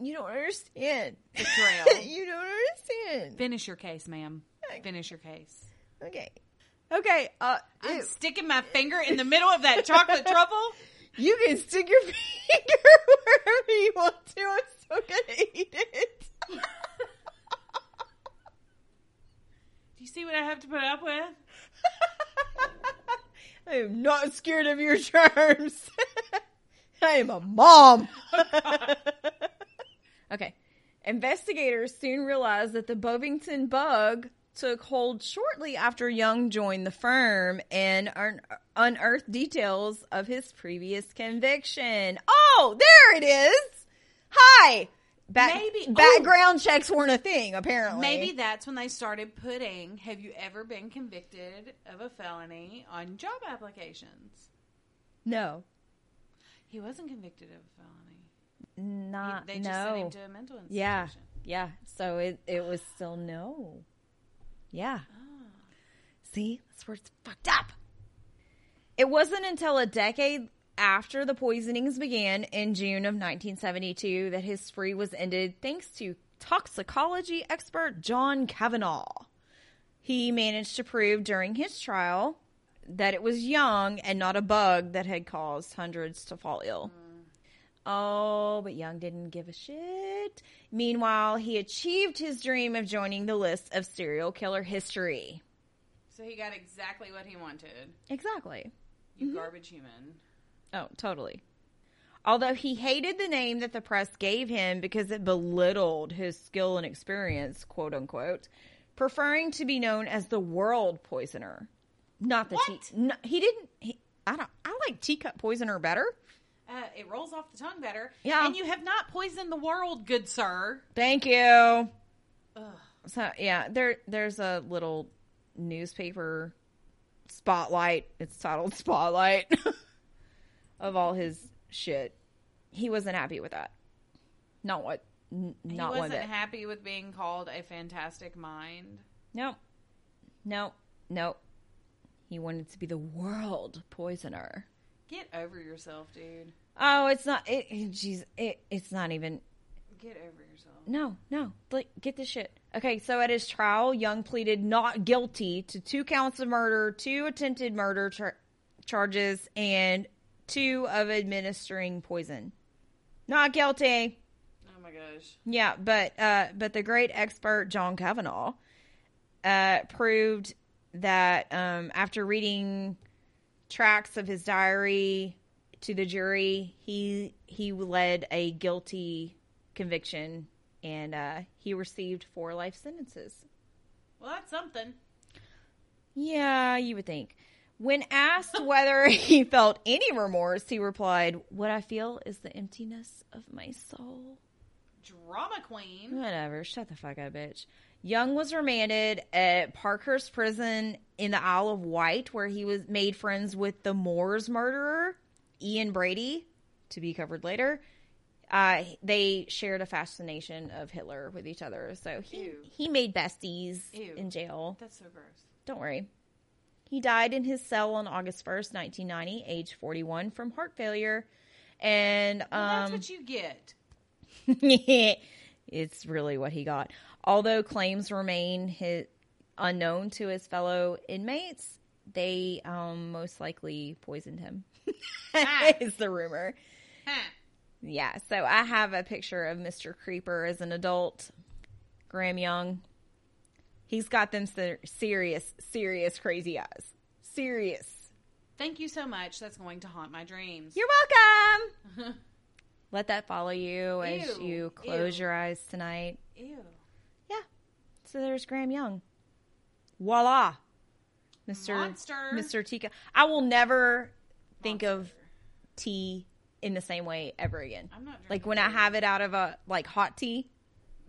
Speaker 2: you don't understand.
Speaker 1: Betrayal.
Speaker 2: you don't understand.
Speaker 1: Finish your case, ma'am. Finish your case.
Speaker 2: Okay. Okay. Uh,
Speaker 1: I'm
Speaker 2: ew.
Speaker 1: sticking my finger in the middle of that chocolate truffle.
Speaker 2: You can stick your finger wherever you want to. I'm still gonna eat it.
Speaker 1: Do you see what I have to put up with?
Speaker 2: I am not scared of your germs. I am a mom. okay. Investigators soon realized that the Bovington bug took hold shortly after Young joined the firm and un- unearthed details of his previous conviction. Oh, there it is. Hi. Back-
Speaker 1: Maybe- oh.
Speaker 2: background checks weren't a thing, apparently.
Speaker 1: Maybe that's when they started putting "Have you ever been convicted of a felony?" on job applications.
Speaker 2: no,
Speaker 1: He wasn't convicted of a felony. He-
Speaker 2: not
Speaker 1: they
Speaker 2: Uh, no.
Speaker 1: just sent him to a mental institution.
Speaker 2: Yeah. Yeah. So it, it was still no. Yeah. See, that's where it's fucked up. It wasn't until a decade after the poisonings began in June of 1972 that his spree was ended thanks to toxicology expert John Kavanaugh. He managed to prove during his trial that it was Young and not a bug that had caused hundreds to fall ill. Oh, but Young didn't give a shit. Meanwhile, he achieved his dream of joining the list of serial killer history.
Speaker 1: So he got exactly what he wanted.
Speaker 2: Exactly.
Speaker 1: You
Speaker 2: Mm-hmm.
Speaker 1: garbage human.
Speaker 2: Oh, totally. Although he hated the name that the press gave him because it belittled his skill and experience, quote unquote, preferring to be known as the world poisoner. Not the tea.
Speaker 1: What?
Speaker 2: No, he didn't. He, I don't. I like teacup poisoner better.
Speaker 1: Uh, it rolls off the tongue better.
Speaker 2: Yeah.
Speaker 1: And you have not poisoned the world, good sir.
Speaker 2: Thank you. So yeah, there there's a little newspaper spotlight. It's titled Spotlight of all his shit. He wasn't happy with that. Not what N-
Speaker 1: He
Speaker 2: not one
Speaker 1: wasn't
Speaker 2: bit.
Speaker 1: happy with being called a fantastic mind.
Speaker 2: No, no, no. He wanted to be the world poisoner.
Speaker 1: Get over yourself, dude.
Speaker 2: Oh, it's not. It, it- jeez, it, it's not even.
Speaker 1: Get over yourself.
Speaker 2: No, no. Like, get this shit. Okay, so at his trial, Young pleaded not guilty to two counts of murder, two attempted murder char- charges, and two of administering poison. Not guilty.
Speaker 1: Oh my gosh.
Speaker 2: Yeah, but uh, but the great expert John Kavanaugh uh, proved that um, after reading tracts of his diary to the jury, he he led a guilty conviction, and uh, he received four life sentences.
Speaker 1: Well, that's something.
Speaker 2: Yeah, you would think. When asked whether he felt any remorse, he replied, "What I feel is the emptiness of my soul."
Speaker 1: Drama queen.
Speaker 2: Whatever. Shut the fuck up, bitch. Young was remanded at Parkhurst Prison in the Isle of Wight, where he was made friends with the Moores murderer, Ian Brady, to be covered later. Uh, they shared a fascination of Hitler with each other, so he
Speaker 1: Ew.
Speaker 2: he made besties
Speaker 1: Ew.
Speaker 2: in jail.
Speaker 1: That's so gross.
Speaker 2: Don't worry. He died in his cell on August first, nineteen ninety, age forty one, from heart failure. And um,
Speaker 1: Well, that's what you get.
Speaker 2: it's really what he got. Although claims remain his, unknown to his fellow inmates, they um, most likely poisoned him. is the rumor.
Speaker 1: Ha.
Speaker 2: Yeah, so I have a picture of Mr. Creeper as an adult, Graham Young. He's got them ser- serious, serious crazy eyes. Serious.
Speaker 1: Thank you so much. That's going to haunt my dreams.
Speaker 2: You're welcome. Let that follow you as
Speaker 1: Ew,
Speaker 2: you close
Speaker 1: ew.
Speaker 2: your eyes tonight.
Speaker 1: Ew.
Speaker 2: Yeah. So there's Graham Young. Voila. Mr.
Speaker 1: Monster.
Speaker 2: Mr. Tika. I will never think of tea in the same way ever again.
Speaker 1: I'm not drinking
Speaker 2: like when I
Speaker 1: tea.
Speaker 2: have it out of a like hot tea,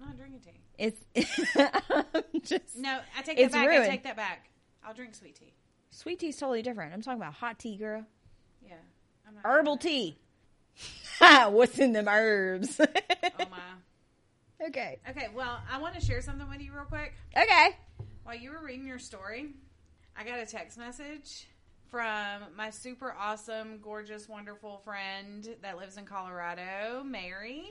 Speaker 1: I'm not drinking tea.
Speaker 2: it's I'm just
Speaker 1: No, I take
Speaker 2: It's
Speaker 1: that back. I
Speaker 2: ruined.
Speaker 1: take that back. I'll drink sweet tea.
Speaker 2: sweet tea's totally different. I'm talking about hot tea, girl.
Speaker 1: Yeah. I'm not
Speaker 2: Herbal tea. What's in them herbs?
Speaker 1: Oh my.
Speaker 2: okay.
Speaker 1: Okay, well, I want to share something with you real quick.
Speaker 2: Okay.
Speaker 1: While you were reading your story, I got a text message from my super awesome, gorgeous, wonderful friend that lives in Colorado, Mary.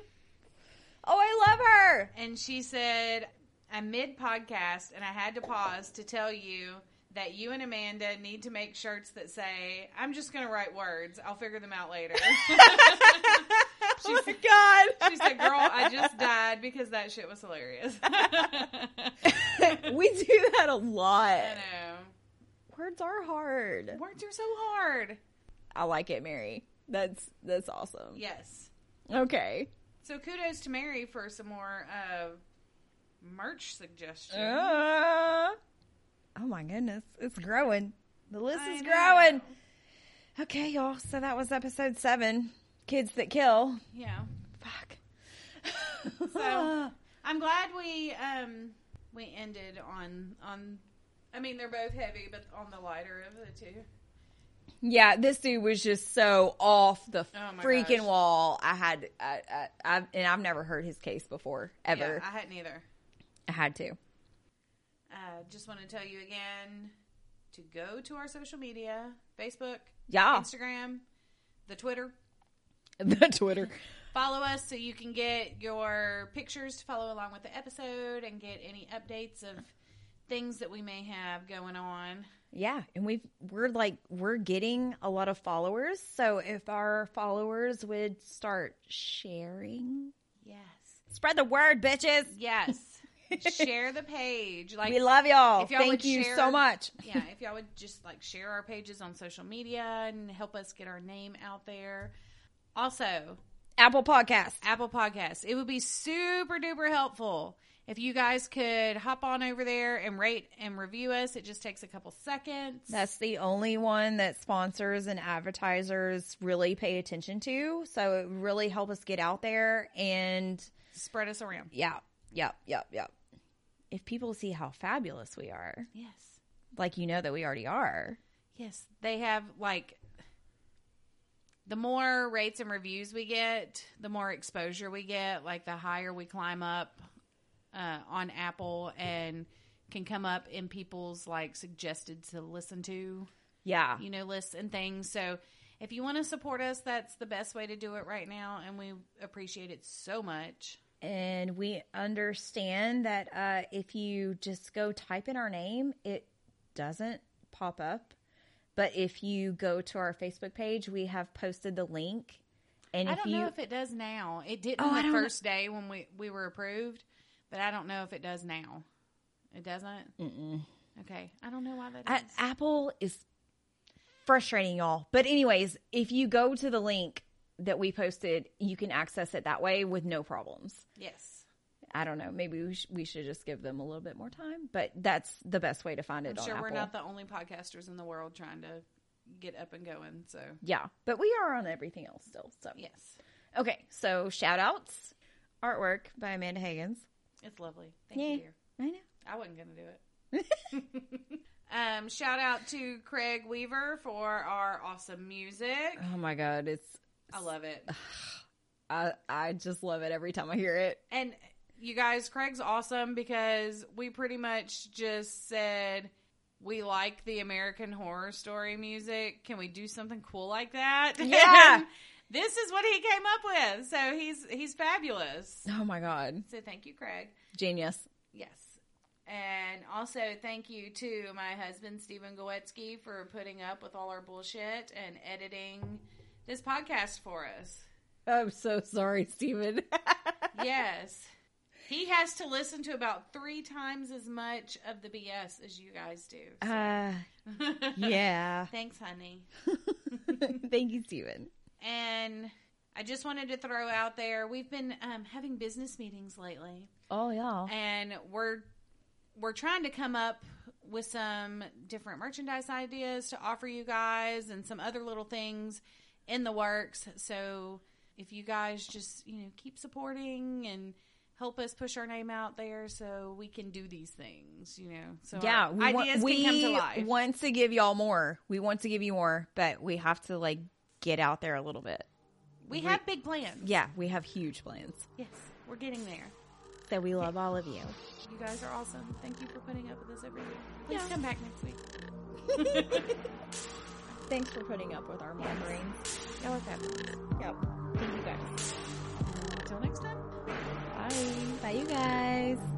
Speaker 2: Oh, I love her.
Speaker 1: And she said, I'm mid podcast and I had to pause to tell you that you and Amanda need to make shirts that say, I'm just going to write words. I'll figure them out later.
Speaker 2: oh my god.
Speaker 1: she said, Girl, I just died because that shit was hilarious.
Speaker 2: we do that a lot.
Speaker 1: I know.
Speaker 2: Words are hard.
Speaker 1: Words are so hard.
Speaker 2: I like it, Mary. That's that's awesome.
Speaker 1: Yes.
Speaker 2: Okay.
Speaker 1: So kudos to Mary for some more uh, merch suggestions.
Speaker 2: Uh, oh my goodness, it's growing. The list
Speaker 1: I
Speaker 2: is
Speaker 1: know.
Speaker 2: growing. Okay, y'all. So that was episode seven. Kids that kill.
Speaker 1: Yeah.
Speaker 2: Fuck.
Speaker 1: So I'm glad we um we ended on on. I mean, they're both heavy, but on the lighter of the two.
Speaker 2: yeah, this dude was just so off the
Speaker 1: Oh my
Speaker 2: freaking
Speaker 1: gosh.
Speaker 2: wall. I had, I, I, I've, and I've never heard his case before ever.
Speaker 1: Yeah, I hadn't either.
Speaker 2: I had to.
Speaker 1: Uh, just want to tell you again to go to our social media: Facebook,
Speaker 2: Yeah,
Speaker 1: Instagram, the Twitter.
Speaker 2: the Twitter.
Speaker 1: Follow us so you can get your pictures to follow along with the episode and get any updates of things that we may have going on.
Speaker 2: Yeah, and we've we're like we're getting a lot of followers. So if our followers would start sharing,
Speaker 1: Yes.
Speaker 2: spread the word, bitches.
Speaker 1: Yes. share the page. Like
Speaker 2: We love y'all.
Speaker 1: if y'all
Speaker 2: Thank
Speaker 1: would
Speaker 2: you
Speaker 1: share-
Speaker 2: so much.
Speaker 1: yeah, if y'all would just like share our pages on social media and help us get our name out there. Also,
Speaker 2: Apple Podcast.
Speaker 1: Apple Podcasts. It would be super duper helpful if you guys could hop on over there and rate and review us. It just takes a couple seconds.
Speaker 2: That's the only one that sponsors and advertisers really pay attention to. So it would really help us get out there and
Speaker 1: Spread us around.
Speaker 2: yeah, yep, yep, yep. If people see how fabulous we are,
Speaker 1: Yes.
Speaker 2: like you know that we already are.
Speaker 1: Yes, they have like the more rates and reviews we get, the more exposure we get, like the higher we climb up uh, on Apple and can come up in people's like suggested to listen to,
Speaker 2: Yeah.
Speaker 1: you know, lists and things. So if you want to support us, that's the best way to do it right now. And we appreciate it so much.
Speaker 2: And we understand that uh, if you just go type in our name, it doesn't pop up. But if you go to our Facebook page, we have posted the link. And
Speaker 1: I
Speaker 2: if
Speaker 1: don't
Speaker 2: you
Speaker 1: know if it does now. It didn't
Speaker 2: Oh, I
Speaker 1: on the
Speaker 2: don't know.
Speaker 1: first day when we, we were approved, but I don't know if it does now. It doesn't? Mm-mm. Okay. I don't know why that is.
Speaker 2: A- Apple is frustrating, y'all. But anyways, if you go to the link that we posted, you can access it that way with no problems.
Speaker 1: yes.
Speaker 2: I don't know. Maybe we, sh- we should just give them a little bit more time, but that's the best way to find it.
Speaker 1: I'm
Speaker 2: on
Speaker 1: sure we're
Speaker 2: Apple.
Speaker 1: not the only podcasters in the world trying to get up and going. So,
Speaker 2: Yeah, but we are on everything else still. So
Speaker 1: yes,
Speaker 2: okay, so shout outs, artwork by Amanda Higgins.
Speaker 1: it's lovely. Thank
Speaker 2: Yeah.
Speaker 1: you. dear.
Speaker 2: I know.
Speaker 1: I wasn't going to do it. um, shout out to Craig Weaver for our awesome music.
Speaker 2: Oh my god, it's
Speaker 1: I love it.
Speaker 2: I I just love it every time I hear it.
Speaker 1: And you guys, Craig's awesome because we pretty much just said we like the American Horror Story music. Can we do something cool like that?
Speaker 2: Yeah.
Speaker 1: And this is what he came up with. So he's he's fabulous.
Speaker 2: Oh my god,
Speaker 1: So thank you, Craig.
Speaker 2: genius.
Speaker 1: Yes. And also thank you to my husband Stephen Gowetzky for putting up with all our bullshit and editing this podcast for us.
Speaker 2: I'm so sorry, Steven.
Speaker 1: yes. He has to listen to about three times as much of the BS as you guys do.
Speaker 2: uh, yeah.
Speaker 1: Thanks, honey.
Speaker 2: Thank you, Steven.
Speaker 1: And I just wanted to throw out there we've been um, having business meetings lately,
Speaker 2: Oh yeah.
Speaker 1: and we're we're trying to come up with some different merchandise ideas to offer you guys and some other little things in the works. So if you guys just, you know, keep supporting and help us push our name out there so we can do these things, you know. So
Speaker 2: yeah,
Speaker 1: our
Speaker 2: we, want,
Speaker 1: ideas
Speaker 2: we
Speaker 1: can come to life.
Speaker 2: want to give y'all more. We want to give you more, but we have to like get out there a little bit.
Speaker 1: we have big plans.
Speaker 2: Yeah, we have huge plans.
Speaker 1: Yes, we're getting there.
Speaker 2: So we love all of you.
Speaker 1: You guys are awesome. Thank you for putting up with us every week. Please
Speaker 2: Yeah.
Speaker 1: come back next week.
Speaker 2: Thanks for putting up with our migraines.
Speaker 1: Y'all are fabulous.
Speaker 2: Yep. Thank you guys.
Speaker 1: Until next time.
Speaker 2: Bye. Bye, you guys.